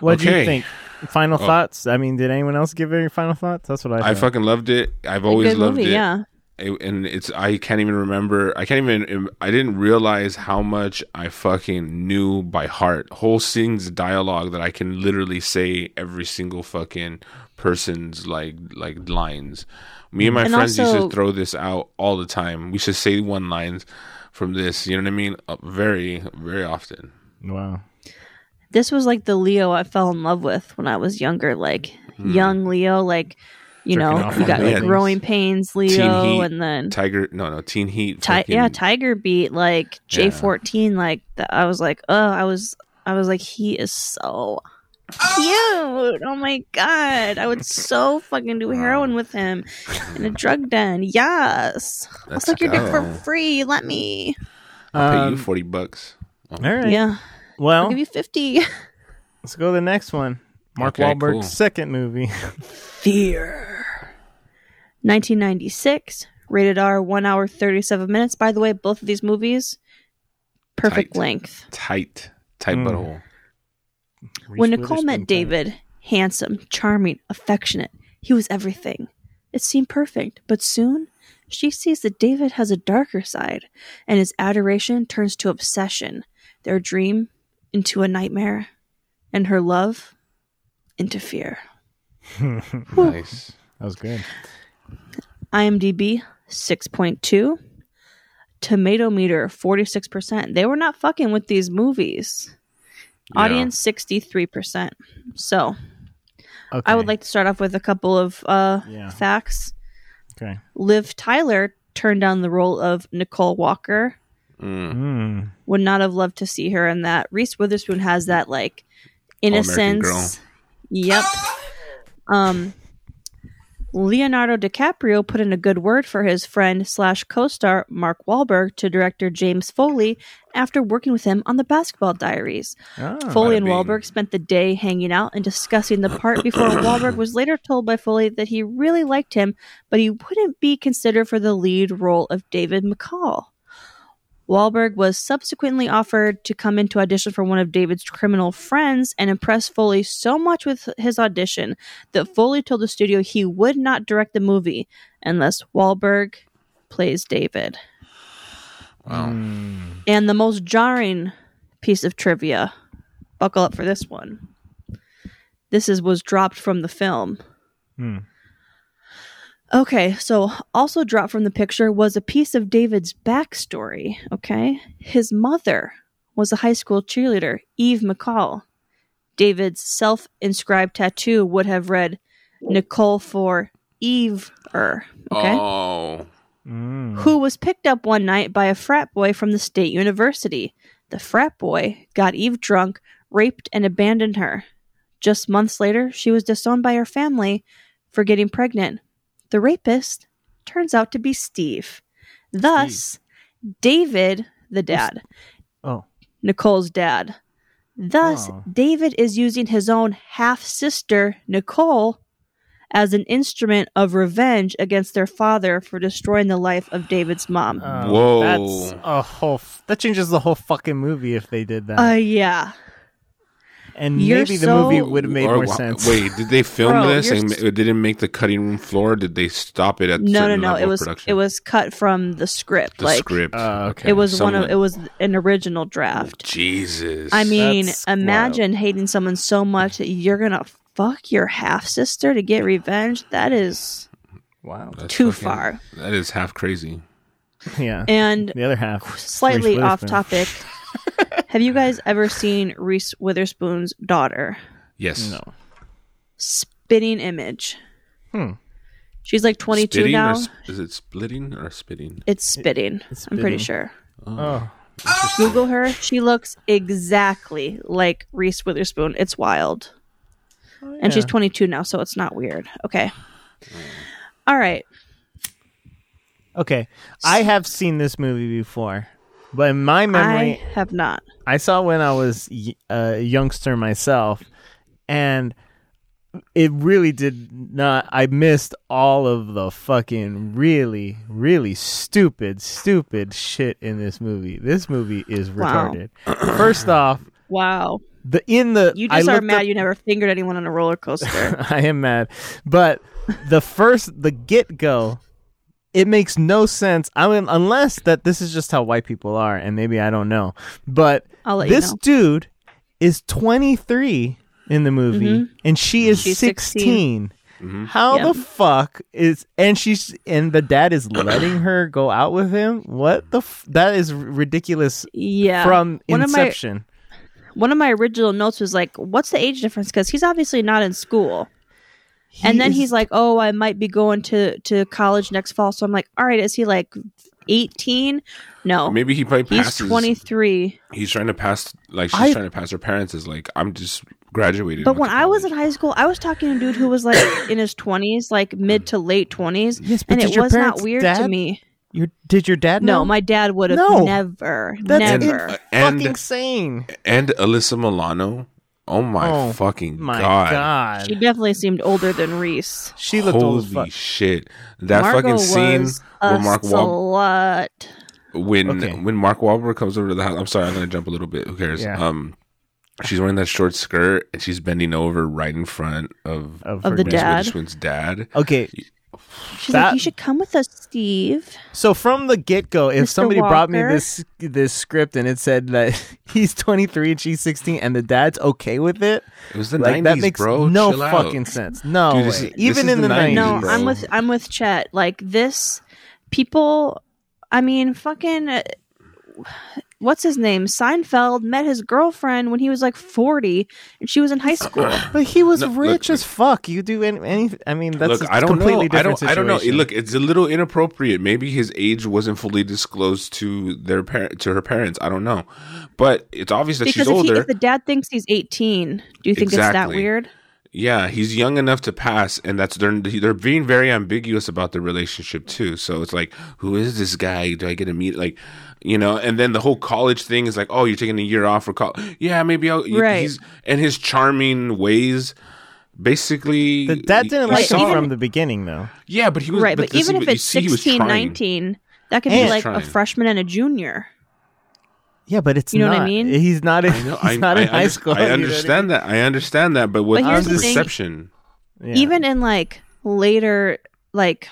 Speaker 3: what do
Speaker 1: Okay. Oh.
Speaker 3: you think final thoughts i mean did anyone else give any final thoughts that's what i,
Speaker 1: I
Speaker 3: thought.
Speaker 1: fucking loved it. I've always
Speaker 2: good
Speaker 1: loved
Speaker 2: movie
Speaker 1: it.
Speaker 2: yeah
Speaker 1: It- and it's I can't even remember. I can't even. I didn't realize how much I fucking knew by heart. Whole scenes of dialogue that I can literally say every single fucking person's like like lines. Me and my
Speaker 2: And
Speaker 1: friends used
Speaker 2: also-
Speaker 1: to throw this out all the time. We should say one lines from this. You know what I mean? Uh, very very often.
Speaker 3: wow
Speaker 2: this was like the Leo I fell in love with when I was younger, like
Speaker 1: Hmm.
Speaker 2: young Leo, like you
Speaker 3: Jerking
Speaker 2: know,
Speaker 3: off
Speaker 2: you
Speaker 3: on
Speaker 2: got
Speaker 1: the
Speaker 2: like
Speaker 1: things.
Speaker 2: growing pains
Speaker 1: Teen
Speaker 2: Leo,
Speaker 1: Heat.
Speaker 2: and then
Speaker 1: Tiger. No no. Teen Heat.
Speaker 2: ti-
Speaker 1: fucking-
Speaker 2: yeah, Tiger Beat, like J fourteen, like th- I was like, oh, I was, I was like, he is so cute. Oh my god, I would so fucking do heroin with him in a drug den. Yes, I'll
Speaker 1: Let's
Speaker 2: suck your dick for
Speaker 1: go.
Speaker 2: free. Let me.
Speaker 1: I'll pay
Speaker 3: Um,
Speaker 1: you forty bucks.
Speaker 3: all right
Speaker 2: Yeah, I'll
Speaker 3: well
Speaker 2: give you fifty.
Speaker 3: let's go to the next one mark
Speaker 1: Okay,
Speaker 3: Wahlberg's
Speaker 1: cool.
Speaker 3: second movie
Speaker 2: Fear. 1996, rated R, 1 hour 37 minutes. By the way, both of these movies, perfect
Speaker 1: Tight.
Speaker 2: length.
Speaker 1: Tight tight
Speaker 3: Mm.
Speaker 1: butthole.
Speaker 2: when
Speaker 3: Reese
Speaker 2: Nicole met
Speaker 3: Witherspoon.
Speaker 2: David, handsome, charming, affectionate, he was everything. It seemed perfect, but soon she sees that David has a darker side, and his adoration turns to obsession, their dream into a nightmare, and her love into fear.
Speaker 1: Nice.
Speaker 3: that was good
Speaker 2: IMDb 6.2, Tomato Meter 46%. They were not fucking with these movies.
Speaker 1: Yeah.
Speaker 2: Audience 63%. So
Speaker 3: okay.
Speaker 2: I would like to start off with a couple of uh,
Speaker 3: Yeah.
Speaker 2: facts.
Speaker 3: okay
Speaker 2: Liv Tyler turned down the role of Nicole Walker.
Speaker 1: Mm.
Speaker 3: Hmm.
Speaker 2: Would not have loved to see her in that. Reese Witherspoon has that like innocence.
Speaker 1: girl.
Speaker 2: Yep. Um, Leonardo DiCaprio put in a good word for his friend slash co-star Mark Wahlberg to director James Foley after working with him on the Basketball Diaries.
Speaker 3: Ah.
Speaker 2: Foley
Speaker 1: Bada
Speaker 2: and
Speaker 1: bing.
Speaker 2: Wahlberg spent the day hanging out and discussing the part before Wahlberg was later told by Foley that he really liked him, but he wouldn't be considered for the lead role of David McCall. Wahlberg was subsequently offered to come in to audition for one of David's criminal friends and impressed Foley so much with his audition that Foley told the studio he would not direct the movie unless Wahlberg plays David.
Speaker 1: Wow.
Speaker 2: And the most jarring piece of trivia. Buckle up for this one. This is was dropped from the film.
Speaker 3: Hmm.
Speaker 2: Okay, so also dropped from the picture was a piece of David's backstory. Okay, his mother was a high school cheerleader, Eve McCall. David's self-inscribed tattoo would have read "Nicole for Eve." Er. Okay.
Speaker 1: Oh.
Speaker 3: Mm.
Speaker 2: who was picked up one night by a frat boy from the state university. The frat boy got Eve drunk, raped, and abandoned her. Just months later, she was disowned by her family for getting pregnant. The rapist turns out to be Steve. Thus, David, the dad,
Speaker 3: Oh,
Speaker 2: Nicole's dad. Thus,
Speaker 3: Oh.
Speaker 2: David is using his own half sister, Nicole, as an instrument of revenge against their father for destroying the life of David's mom. Uh,
Speaker 3: Oh,
Speaker 1: Whoa.
Speaker 3: That's a whole. F- that changes the whole fucking movie if they did that.
Speaker 2: Uh, yeah.
Speaker 3: and
Speaker 2: you're
Speaker 3: maybe the
Speaker 2: so-
Speaker 3: movie would have made
Speaker 1: Or
Speaker 3: more
Speaker 1: wha-
Speaker 3: sense.
Speaker 1: Wait, did they film
Speaker 2: Bro,
Speaker 1: this
Speaker 2: you're
Speaker 1: and
Speaker 2: s-
Speaker 1: it didn't make the cutting room floor? Did they stop it at
Speaker 2: No, no,
Speaker 1: certain
Speaker 2: no.
Speaker 1: level
Speaker 2: It
Speaker 1: of
Speaker 2: was
Speaker 1: production?
Speaker 2: it was cut from the script.
Speaker 1: the
Speaker 2: like
Speaker 1: script.
Speaker 3: Uh, okay.
Speaker 2: it was one
Speaker 1: Someone-
Speaker 2: of it was an original draft.
Speaker 1: Jesus.
Speaker 2: I mean,
Speaker 3: That's wild.
Speaker 2: imagine hating someone so much that you're gonna fuck your half sister to get revenge. That is
Speaker 3: Wow.
Speaker 1: That's
Speaker 2: too
Speaker 1: fucking-
Speaker 2: far.
Speaker 1: That is half crazy.
Speaker 3: Yeah.
Speaker 2: And
Speaker 3: the other half.
Speaker 2: slightly
Speaker 3: Reese
Speaker 2: off
Speaker 3: Witherspoon.
Speaker 2: topic. Have you guys ever seen Reese Witherspoon's daughter?
Speaker 1: Yes.
Speaker 3: No.
Speaker 2: Spitting image.
Speaker 3: Hmm.
Speaker 2: She's like 22
Speaker 1: Spitting or
Speaker 2: now.
Speaker 1: sp- is it splitting or spitting?
Speaker 2: it's spitting.
Speaker 3: It's
Speaker 2: I'm pretty
Speaker 3: spitting.
Speaker 2: sure.
Speaker 3: Oh.
Speaker 2: Google her. She looks exactly like Reese Witherspoon. It's wild. And she's
Speaker 3: Oh, yeah. Mm.
Speaker 2: 22 now, so it's not weird. Okay. All right.
Speaker 3: Okay. I have seen this movie before, but in my
Speaker 2: I
Speaker 3: memory,
Speaker 2: have not.
Speaker 3: I saw when I was y- a youngster myself, and it really did not. I missed all of the fucking really, really stupid, stupid shit in this movie. This movie is
Speaker 2: Wow.
Speaker 3: retarded. First off,
Speaker 2: Wow.
Speaker 3: the in the
Speaker 2: You
Speaker 3: I
Speaker 2: just are
Speaker 3: looked
Speaker 2: mad
Speaker 3: up-
Speaker 2: you never fingered anyone on a roller coaster.
Speaker 3: I am mad, but the first the get go. It makes no sense. I mean, unless that this is just how white people are, and maybe I don't know. But
Speaker 2: I'll let
Speaker 3: this
Speaker 2: you know.
Speaker 3: dude is 23 in the movie and she is
Speaker 2: Mm-hmm. She's
Speaker 3: 16.
Speaker 1: Mm-hmm.
Speaker 3: How
Speaker 2: Yeah.
Speaker 3: the fuck is and she's and the dad is letting her go out with him? What the f- that is r- ridiculous
Speaker 2: Yeah.
Speaker 3: from
Speaker 2: one of my
Speaker 3: inception.
Speaker 2: one of my original notes was like, "What's the age difference?" Because he's obviously not in school. and then
Speaker 3: is-
Speaker 2: he's like, "Oh, I might be going to to college next fall." So I'm like, "All right, is he like 18?" No,
Speaker 1: Maybe he probably
Speaker 2: he's
Speaker 1: passes.
Speaker 2: 23.
Speaker 1: He's trying to pass. Like she's
Speaker 3: I-
Speaker 1: trying to pass her parents. Is like I'm just graduated.
Speaker 2: But
Speaker 1: went
Speaker 2: when
Speaker 1: to
Speaker 2: I was in
Speaker 1: college.
Speaker 2: high school, I was talking to a dude who was like in his 20s, like mid to late 20s,
Speaker 3: Yes, but
Speaker 2: and
Speaker 3: did
Speaker 2: it
Speaker 3: your
Speaker 2: was not
Speaker 3: parents
Speaker 2: weird to
Speaker 3: dad
Speaker 2: me.
Speaker 3: your did your dad
Speaker 2: No,
Speaker 3: know?
Speaker 2: my dad would have
Speaker 3: No.
Speaker 2: never,
Speaker 3: That's
Speaker 1: And-
Speaker 2: never.
Speaker 1: uh,
Speaker 3: fucking
Speaker 1: and
Speaker 3: sane.
Speaker 1: and Alyssa Milano. Oh my
Speaker 3: Oh,
Speaker 1: fucking
Speaker 3: My
Speaker 1: god.
Speaker 3: god.
Speaker 2: she definitely seemed older than Reese.
Speaker 3: She looked old as
Speaker 1: Holy
Speaker 3: fuck.
Speaker 1: shit! That
Speaker 2: Margot
Speaker 1: fucking scene
Speaker 2: was
Speaker 1: where
Speaker 2: a
Speaker 1: Mark Wahlberg
Speaker 2: slut.
Speaker 1: when
Speaker 3: Okay.
Speaker 1: when Mark Wahlberg comes over to the house. I'm sorry, I'm gonna jump a little bit. Who cares?
Speaker 3: Yeah.
Speaker 1: Um, she's wearing that short skirt and she's bending over right in front of
Speaker 2: Of
Speaker 3: Of her
Speaker 2: the
Speaker 3: dad.
Speaker 1: Reese
Speaker 2: dad.
Speaker 1: Witherspoon's dad.
Speaker 3: Okay,
Speaker 2: She's
Speaker 3: That-
Speaker 2: like, you should come with us, Steve.
Speaker 3: So from the get go, if
Speaker 2: Mr.
Speaker 3: somebody brought me
Speaker 2: Walker?
Speaker 3: this this script and it said that he's 23 and she's 16 and the dad's okay with it,
Speaker 1: It was the
Speaker 3: like
Speaker 1: 90s,
Speaker 3: that makes
Speaker 1: bro.
Speaker 3: no
Speaker 1: Chill out.
Speaker 3: fucking sense. No,
Speaker 1: Dude, this
Speaker 3: way.
Speaker 1: is- this
Speaker 3: even
Speaker 1: is
Speaker 3: in
Speaker 1: the
Speaker 3: the 90s.
Speaker 1: 90s,
Speaker 2: No,
Speaker 1: bro.
Speaker 2: I'm with I'm with Chet. Like this, people. I mean, fucking. uh, What's his name? Seinfeld met his girlfriend when he was like 40, and she was in high school.
Speaker 3: But he was
Speaker 1: No, look,
Speaker 3: rich
Speaker 1: look.
Speaker 3: as fuck. You do any, anything. I mean, that's
Speaker 1: Look,
Speaker 3: a
Speaker 1: I don't
Speaker 3: completely
Speaker 1: know. I
Speaker 3: different
Speaker 1: don't. I don't know.
Speaker 3: situation.
Speaker 1: Look, it's a little inappropriate. Maybe his age wasn't fully disclosed to their parent to her parents. I don't know, but it's obvious that
Speaker 2: because
Speaker 1: she's
Speaker 2: if, he,
Speaker 1: older.
Speaker 2: if the dad thinks he's 18, do you think it's that
Speaker 1: Exactly.
Speaker 2: weird?
Speaker 1: Yeah, he's young enough to pass, and that's they're they're being very ambiguous about the relationship too. So it's like, who is this guy? Do I get to meet? Like, you know, and then the whole college thing is like, oh, you're taking a year off for college. Yeah, maybe I'll. y-
Speaker 2: Right.
Speaker 1: He's, and his charming ways, basically,
Speaker 3: the dad didn't
Speaker 1: you
Speaker 3: like
Speaker 1: saw
Speaker 3: him
Speaker 2: even-
Speaker 3: from the beginning, though.
Speaker 1: Yeah, but he was
Speaker 2: right, but,
Speaker 1: this
Speaker 2: even
Speaker 1: is
Speaker 2: if
Speaker 1: what-
Speaker 2: it's
Speaker 1: you see, he was
Speaker 2: 16,
Speaker 1: trying.
Speaker 2: 19, that could
Speaker 3: And-
Speaker 2: be like
Speaker 1: Trying.
Speaker 2: a freshman and a junior.
Speaker 3: Yeah, but it's
Speaker 2: You know what I
Speaker 3: not.
Speaker 2: mean?
Speaker 3: He's not. In,
Speaker 1: I know.
Speaker 3: he's
Speaker 1: I,
Speaker 3: not
Speaker 1: I
Speaker 3: in high
Speaker 1: under-
Speaker 3: school. You know
Speaker 1: I
Speaker 3: what mean?
Speaker 1: understand that. I understand that. But what
Speaker 2: But here's
Speaker 1: is
Speaker 2: the
Speaker 1: the
Speaker 2: thing.
Speaker 1: perception?
Speaker 3: Yeah.
Speaker 2: even in like later like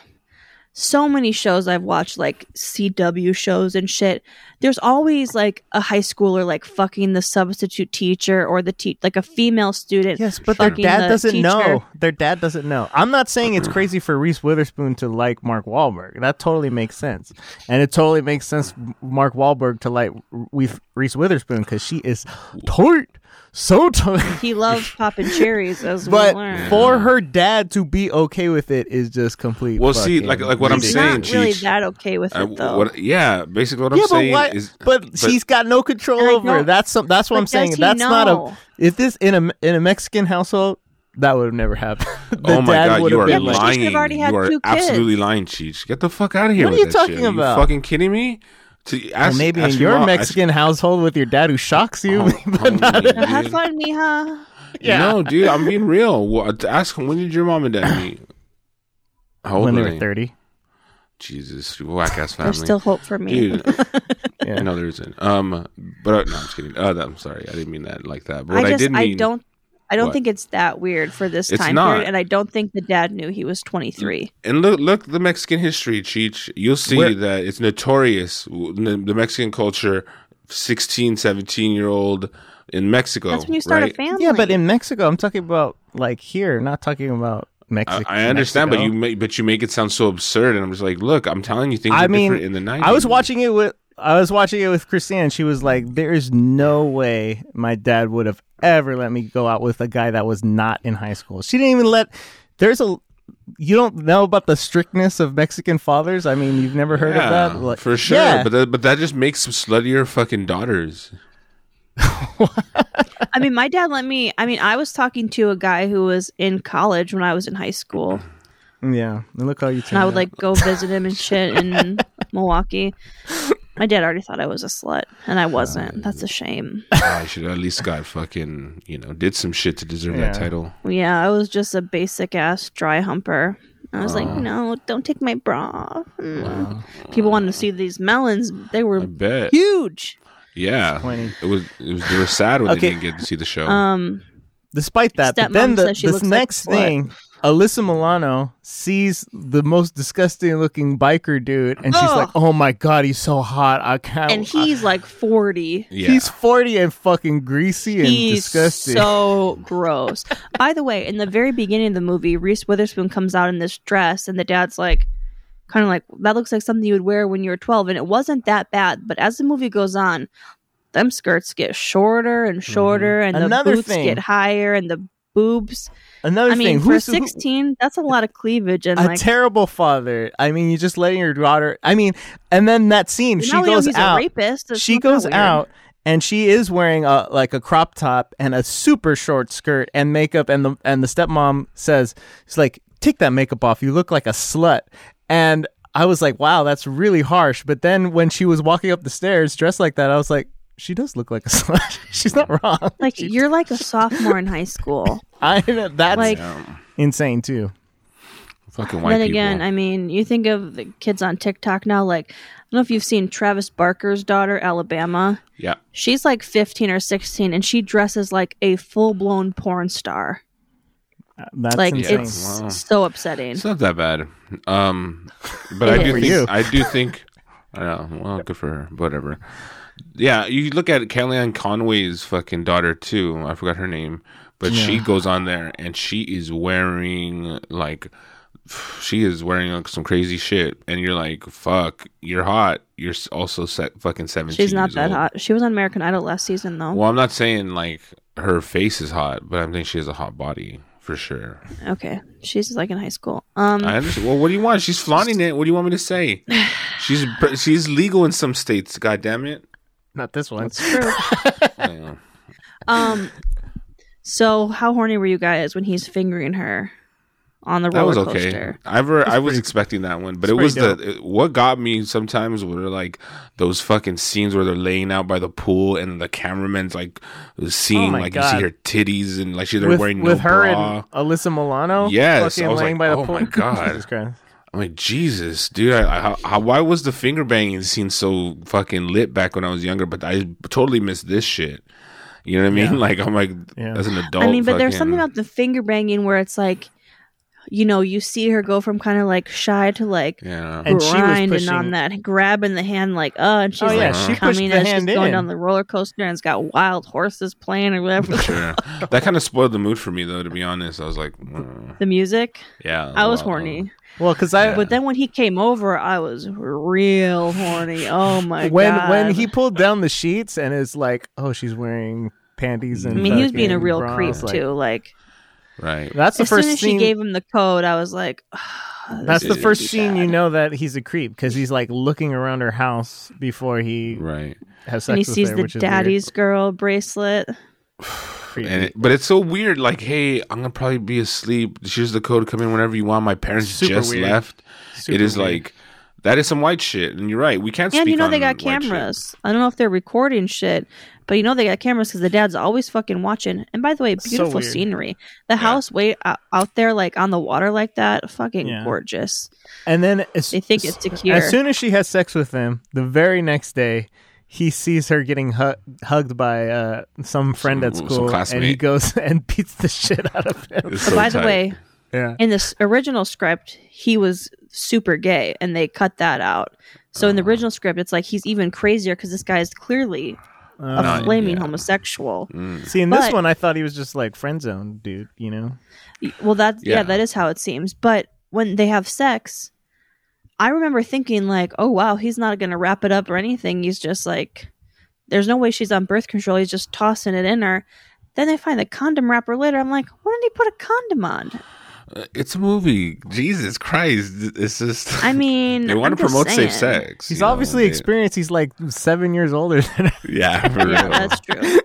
Speaker 2: so many shows I've watched like CW shows and shit there's always like a high schooler like fucking the substitute teacher or the te- like a female student
Speaker 3: Yes, but their
Speaker 2: fucking
Speaker 3: dad
Speaker 2: the
Speaker 3: doesn't
Speaker 2: teacher.
Speaker 3: know. Their dad doesn't know. I'm not saying it's crazy for Reese Witherspoon to like Mark Wahlberg. That totally makes sense, and it totally makes sense M- Mark Wahlberg to like we Reese Witherspoon because she is tight, so tight.
Speaker 2: he loves popping cherries as we
Speaker 3: But
Speaker 2: learn
Speaker 3: for her dad to be okay with it is just complete.
Speaker 1: Well, see,
Speaker 3: fucking
Speaker 1: like- like what I'm
Speaker 2: he's
Speaker 3: ridiculous.
Speaker 1: saying,
Speaker 2: not really
Speaker 1: Cheech,
Speaker 2: that okay with
Speaker 1: I-
Speaker 2: it though
Speaker 1: uh, what, yeah, basically what I'm
Speaker 3: yeah, but
Speaker 1: saying
Speaker 3: what?
Speaker 1: is,
Speaker 3: but, she's got no control
Speaker 2: And I
Speaker 3: over. her.
Speaker 2: don't-
Speaker 3: That's some. That's what
Speaker 2: But
Speaker 3: I'm saying.
Speaker 2: does he
Speaker 3: That's not
Speaker 2: know?
Speaker 3: a. If this in a in a Mexican household, That would have never happened. The
Speaker 1: oh my
Speaker 3: dad
Speaker 1: god,
Speaker 3: would
Speaker 1: you
Speaker 3: have
Speaker 1: are
Speaker 2: Yeah,
Speaker 3: been
Speaker 2: but she
Speaker 1: lying.
Speaker 2: should've already had
Speaker 1: you are
Speaker 2: two kids.
Speaker 1: absolutely lying, Cheech. Get the fuck out of here.
Speaker 3: What are
Speaker 1: with
Speaker 3: you
Speaker 1: that
Speaker 3: talking
Speaker 1: shit. Are
Speaker 3: about?
Speaker 1: You fucking kidding me? To
Speaker 3: Well,
Speaker 1: ask,
Speaker 3: maybe
Speaker 1: ask
Speaker 3: in
Speaker 1: your
Speaker 3: your
Speaker 1: mom-
Speaker 3: Mexican household with your dad who shocks you,
Speaker 1: Oh,
Speaker 3: but not
Speaker 1: holy-
Speaker 2: Have
Speaker 1: Dude.
Speaker 2: fun, mija.
Speaker 3: yeah.
Speaker 1: No, dude, I'm being real. Well, to ask him when did your mom and dad meet? How old
Speaker 3: when they
Speaker 1: were
Speaker 3: were thirty.
Speaker 1: Jesus, whack ass family.
Speaker 2: There's still hope for me.
Speaker 1: Dude,
Speaker 3: Yeah.
Speaker 1: no, there isn't. Um, but uh, no, I'm just kidding. Uh, that- I'm sorry, I didn't mean that like that. But what
Speaker 2: I
Speaker 1: I,
Speaker 2: just
Speaker 1: did mean,
Speaker 2: I don't I don't
Speaker 1: What?
Speaker 2: think it's that weird for this
Speaker 1: It's
Speaker 2: time
Speaker 1: not.
Speaker 2: period, and I don't think the dad knew he was 23.
Speaker 1: And look, look the Mexican history, Cheech. You'll see
Speaker 3: Where-
Speaker 1: that it's notorious. The the Mexican culture, 16, 17 year old in Mexico.
Speaker 2: That's when you start
Speaker 1: right?
Speaker 2: a family.
Speaker 3: Yeah, but in Mexico, I'm talking about like here, not talking about
Speaker 1: I,
Speaker 3: Mexico.
Speaker 1: I understand, but
Speaker 3: Mexico.
Speaker 1: you make, but you make it sound so absurd, and I'm just like, look, I'm telling you, things
Speaker 3: I
Speaker 1: were
Speaker 3: mean,
Speaker 1: different in the nineties.
Speaker 3: I was watching it with I was watching it with Christina, and she was like, "There is no way my dad would have ever let me go out with a guy that was not in high school." She didn't even let. There's a you don't know about the strictness of Mexican fathers. I mean, you've never heard
Speaker 1: yeah,
Speaker 3: of that Like-
Speaker 1: for sure.
Speaker 3: Yeah.
Speaker 1: But that, but that just makes some sluttier fucking daughters.
Speaker 2: I mean, my dad let me. I mean, I was talking to a guy who was in college when I was in high school,
Speaker 3: yeah, and look how you.
Speaker 2: and I would
Speaker 3: turned out.
Speaker 2: like go visit him and shit in Milwaukee. My dad already thought I was a slut, and I wasn't. That's a shame.
Speaker 1: Oh, I should at least got fucking you know did some shit to deserve that
Speaker 3: Yeah.
Speaker 1: title.
Speaker 2: Yeah, I was just a basic ass dry humper. I was like, no, don't take my bra. Mm. People wanted to see these melons. They
Speaker 1: I
Speaker 2: were
Speaker 1: bet.
Speaker 2: huge.
Speaker 1: Yeah,
Speaker 3: Disappointing.
Speaker 1: it was. It was. They were sad when
Speaker 3: Okay.
Speaker 1: they didn't get to see the show.
Speaker 2: Um,
Speaker 3: Despite that, but
Speaker 2: Stepmom
Speaker 3: then the
Speaker 2: says she
Speaker 3: this
Speaker 2: looks like a
Speaker 3: next
Speaker 2: slut.
Speaker 3: thing, Alyssa Milano sees the most disgusting looking biker dude, and she's
Speaker 2: Ugh.
Speaker 3: like, "Oh my god, he's so hot! I can't."
Speaker 2: and he's like forty.
Speaker 1: yeah.
Speaker 3: He's 40 and fucking greasy and
Speaker 2: He's
Speaker 3: disgusting.
Speaker 2: so gross. By the way, in the very beginning of the movie, Reese Witherspoon comes out in this dress, and the dad's like, kind of like, that looks like something you would wear when you were 12. And it wasn't that bad. But as the movie goes on, them skirts get shorter and shorter, and
Speaker 3: Mm-hmm. Another
Speaker 2: the boots
Speaker 3: thing.
Speaker 2: get higher, and the boobs.
Speaker 3: Another
Speaker 2: I mean,
Speaker 3: thing,
Speaker 2: for
Speaker 3: who's who-
Speaker 2: 16, that's a lot of cleavage. And
Speaker 3: a
Speaker 2: like,
Speaker 3: terrible father. I mean, you're just letting your daughter. I mean, and then that scene, she
Speaker 2: now we know
Speaker 3: goes
Speaker 2: he's a
Speaker 3: out.
Speaker 2: rapist. It's
Speaker 3: She
Speaker 2: not that
Speaker 3: goes
Speaker 2: weird.
Speaker 3: out and she is wearing a like a crop top and a super short skirt and makeup and the and the stepmom says, "She's like, "Take that makeup off. You look like a slut." And I was like, "Wow, that's really harsh." But then when she was walking up the stairs dressed like that, I was like, "She does look like a slut. She's not wrong."
Speaker 2: Like,
Speaker 3: She-
Speaker 2: you're like a sophomore in high school.
Speaker 3: I know that's
Speaker 2: Like,
Speaker 3: insane too.
Speaker 1: fucking white
Speaker 2: then again,
Speaker 1: people.
Speaker 2: I mean, you think of the kids on TikTok now. Like, I don't know if you've seen Travis Barker's daughter, Alabama.
Speaker 1: yeah.
Speaker 2: She's like 15 or 16, and she dresses like a full blown porn star.
Speaker 3: That's
Speaker 2: Like,
Speaker 3: insane.
Speaker 2: it's
Speaker 1: Wow.
Speaker 2: so upsetting.
Speaker 1: It's not that bad. Um, but
Speaker 2: It
Speaker 1: I
Speaker 2: is.
Speaker 1: do
Speaker 2: For
Speaker 1: think
Speaker 3: you.
Speaker 1: I do think. I don't know. Well, good for her. Whatever. Yeah, you look at Kellyanne Conway's fucking daughter too. I forgot her name, but she goes on there and she is wearing like she is wearing like some crazy shit, and you're like, "Fuck, you're hot. You're s- also set fucking seventeen.
Speaker 2: She's not
Speaker 1: years
Speaker 2: that
Speaker 1: old.
Speaker 2: hot. She was on American Idol last season, though.
Speaker 1: Well, I'm not saying like her face is hot, but I'm saying she has a hot body for sure.
Speaker 2: Okay, she's like in high school. Um,
Speaker 1: I understand. Well, what do you want? She's flaunting it. What do you want me to say? She's pr- she's legal in some states. God damn it.
Speaker 3: Not this one.
Speaker 2: true.
Speaker 1: Yeah.
Speaker 2: um, so how horny were you guys when he's fingering her on the
Speaker 1: That
Speaker 2: roller
Speaker 1: was okay.
Speaker 2: coaster?
Speaker 1: I ver- I was expecting that one, but it
Speaker 3: pretty
Speaker 1: was
Speaker 3: dope.
Speaker 1: the it- what got me sometimes were like those fucking scenes where they're laying out by the pool and the cameraman's like seeing
Speaker 3: Oh my
Speaker 1: like you
Speaker 3: God.
Speaker 1: see her titties and like she's
Speaker 3: With,
Speaker 1: wearing
Speaker 3: with
Speaker 1: no
Speaker 3: her
Speaker 1: bra.
Speaker 3: and Alyssa Milano,
Speaker 1: Yes,
Speaker 3: fucking
Speaker 1: I was
Speaker 3: laying
Speaker 1: like,
Speaker 3: by the
Speaker 1: "Oh
Speaker 3: pool."
Speaker 1: my God.
Speaker 3: Jesus Christ.
Speaker 1: I'm like Jesus, dude. I, I, how- how, why was the finger banging scene so fucking lit back when I was younger? But I totally missed this shit. You know what I mean? Like I'm like
Speaker 3: Yeah.
Speaker 1: as an adult.
Speaker 2: I mean, but there's something
Speaker 1: fucking-
Speaker 2: about the finger banging where it's like, you know, you see her go from kind of like shy to like
Speaker 1: Yeah.
Speaker 3: And she was
Speaker 2: grinding
Speaker 3: pushing-
Speaker 2: on that, grabbing the hand like, uh, and she's
Speaker 3: Oh, yeah,
Speaker 2: like
Speaker 1: she
Speaker 3: pushed
Speaker 2: coming
Speaker 3: the
Speaker 2: as she's
Speaker 3: hand in.
Speaker 2: going down the roller coaster and it's got wild horses playing or whatever.
Speaker 1: Sure. that kind of spoiled the mood for me, though. To be honest, I was like, mm,
Speaker 2: the music,
Speaker 1: yeah.
Speaker 2: I was
Speaker 1: well,
Speaker 2: horny,
Speaker 3: Well, because I
Speaker 2: but then when he came over, I was real horny. Oh my
Speaker 3: when
Speaker 2: god!
Speaker 3: when he pulled down the sheets and is like, oh, she's wearing panties
Speaker 2: I
Speaker 3: and.
Speaker 2: mean, he was being a
Speaker 3: fucking
Speaker 2: real
Speaker 3: bra. I
Speaker 2: creep
Speaker 3: was like-
Speaker 2: too. Like
Speaker 1: Right.
Speaker 3: That's the
Speaker 2: as
Speaker 3: first
Speaker 2: soon as
Speaker 3: scene.
Speaker 2: she gave him the code, I was like,
Speaker 3: that's
Speaker 1: this
Speaker 3: the
Speaker 1: is
Speaker 3: first
Speaker 1: gonna be
Speaker 3: scene you know that he's a creep because he's like looking around her house before he
Speaker 1: Right.
Speaker 3: has sex
Speaker 2: and he
Speaker 3: with
Speaker 2: sees
Speaker 3: her,
Speaker 2: the
Speaker 3: which is weird.
Speaker 2: daddy's girl bracelet.
Speaker 3: creepy.
Speaker 1: And it, but it's so weird. Like, hey, I'm gonna probably be asleep. Here's the code. Come in whenever you want. My parents
Speaker 3: Super
Speaker 1: just
Speaker 3: weird.
Speaker 1: left. it
Speaker 3: Super
Speaker 1: is
Speaker 3: weird.
Speaker 1: like that is some white shit. And you're right. We can't.
Speaker 2: And
Speaker 1: speak
Speaker 2: you know
Speaker 1: on
Speaker 2: they got
Speaker 1: white shit.
Speaker 2: cameras. I don't know if they're recording shit, but you know they got cameras because the dad's always fucking watching. And by the way, beautiful
Speaker 3: weird.
Speaker 2: scenery. The house way o- out there, like on the water, like that, fucking
Speaker 3: Yeah.
Speaker 2: gorgeous.
Speaker 3: and then as,
Speaker 2: They think it's secure.
Speaker 3: As soon as she has sex with him, the very next day, he sees her getting hu- hugged by uh, some friend
Speaker 1: Some-
Speaker 3: at
Speaker 1: some
Speaker 3: school, and he
Speaker 1: classmate.
Speaker 3: goes and beats the shit out of him.
Speaker 1: It's
Speaker 2: But
Speaker 1: so
Speaker 2: by
Speaker 1: tight.
Speaker 2: the way,
Speaker 3: Yeah,
Speaker 2: in this original script, he was super gay, and they cut that out. So
Speaker 1: Oh.
Speaker 2: in the original script, it's like he's even crazier because this guy is clearly a
Speaker 1: Not-
Speaker 2: flaming
Speaker 1: yeah.
Speaker 2: homosexual.
Speaker 3: see, in this
Speaker 2: but-
Speaker 3: one, I thought he was just like friend zone dude. You know,
Speaker 2: Well, that yeah.
Speaker 1: Yeah.
Speaker 2: that is how it seems. But when they have sex, I remember thinking like, "Oh wow, he's not going to wrap it up or anything. He's just like, there's no way she's on birth control. He's just tossing it in her." Then they find the condom wrapper later. I'm like, "Why didn't he put a condom on?"
Speaker 1: it's a movie. Jesus Christ! It's just.
Speaker 2: I mean,
Speaker 1: they want
Speaker 2: I'm
Speaker 1: to
Speaker 2: just
Speaker 1: promote safe
Speaker 2: saying.
Speaker 1: sex.
Speaker 3: he's
Speaker 1: you know,
Speaker 3: obviously
Speaker 1: they-
Speaker 3: experienced. He's like seven years older than her.
Speaker 1: Yeah, for
Speaker 2: Yeah,
Speaker 1: real.
Speaker 2: that's true.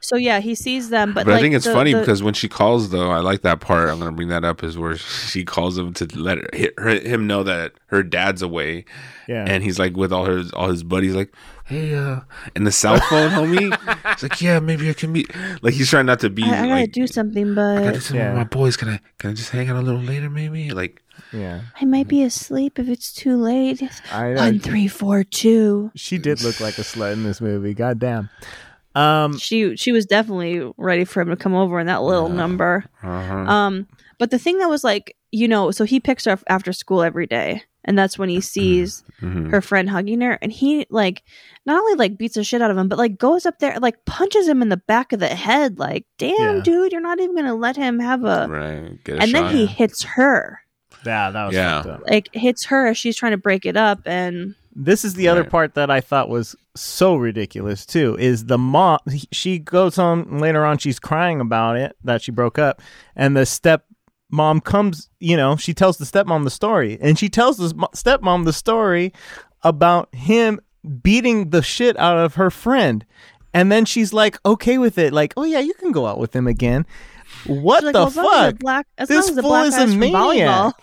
Speaker 2: So yeah, he sees them, but,
Speaker 1: But, I
Speaker 2: like,
Speaker 1: think it's
Speaker 2: the-
Speaker 1: funny
Speaker 2: the-
Speaker 1: because when she calls, though, I like that part. I'm gonna bring that up is where she calls him to let her, hit her, him know that her dad's away,
Speaker 3: Yeah.
Speaker 1: and he's like with all her all his buddies, like, hey, uh, and the cell phone, homie. It's like, yeah, maybe I can meet. Like he's trying not to be.
Speaker 2: I, I gotta
Speaker 1: like,
Speaker 2: do something,
Speaker 1: I gotta do
Speaker 2: but
Speaker 1: something with
Speaker 3: Yeah.
Speaker 1: my boys. Can I can I just hang out a little later, maybe? Like,
Speaker 3: yeah,
Speaker 2: I might be asleep if it's too late.
Speaker 3: I,
Speaker 2: One,
Speaker 3: I,
Speaker 2: three, four, two.
Speaker 3: she did look like a slut in this movie. God damn. Um,
Speaker 2: she she was definitely ready for him to come over in that little number.
Speaker 1: uh-huh.
Speaker 2: Um, but the thing that was like, you know, so he picks her up after school every day, and that's
Speaker 3: Mm-hmm.
Speaker 2: when he sees
Speaker 1: Mhm.
Speaker 2: her friend hugging her, and he like not only like beats the shit out of him, but like goes up there and like punches him in the back of the head. Like, damn,
Speaker 3: Yeah.
Speaker 2: dude, you're not even gonna let him have a.
Speaker 1: right. Get a
Speaker 2: uh, And
Speaker 1: shot.
Speaker 2: then he hits her,
Speaker 3: yeah, that was
Speaker 1: Yeah.
Speaker 3: fucked up.
Speaker 2: like hits her as she's trying to break it up, and
Speaker 3: This is the other
Speaker 1: Right.
Speaker 3: part that I thought was so ridiculous too. Is the mom? She goes home later on. She's crying about it that she broke up, and the step mom comes. You know, she tells the stepmom the story, and she tells the mo- stepmom the story about him beating the shit out of her friend, and then she's like okay with it, like oh yeah, you can go out with him again. What
Speaker 2: she's like,
Speaker 3: the
Speaker 2: well, as long as
Speaker 3: fuck?
Speaker 2: the black, as
Speaker 3: This
Speaker 2: long as the
Speaker 3: fool
Speaker 2: black
Speaker 3: is a
Speaker 2: guy's from volleyball,
Speaker 3: maniac.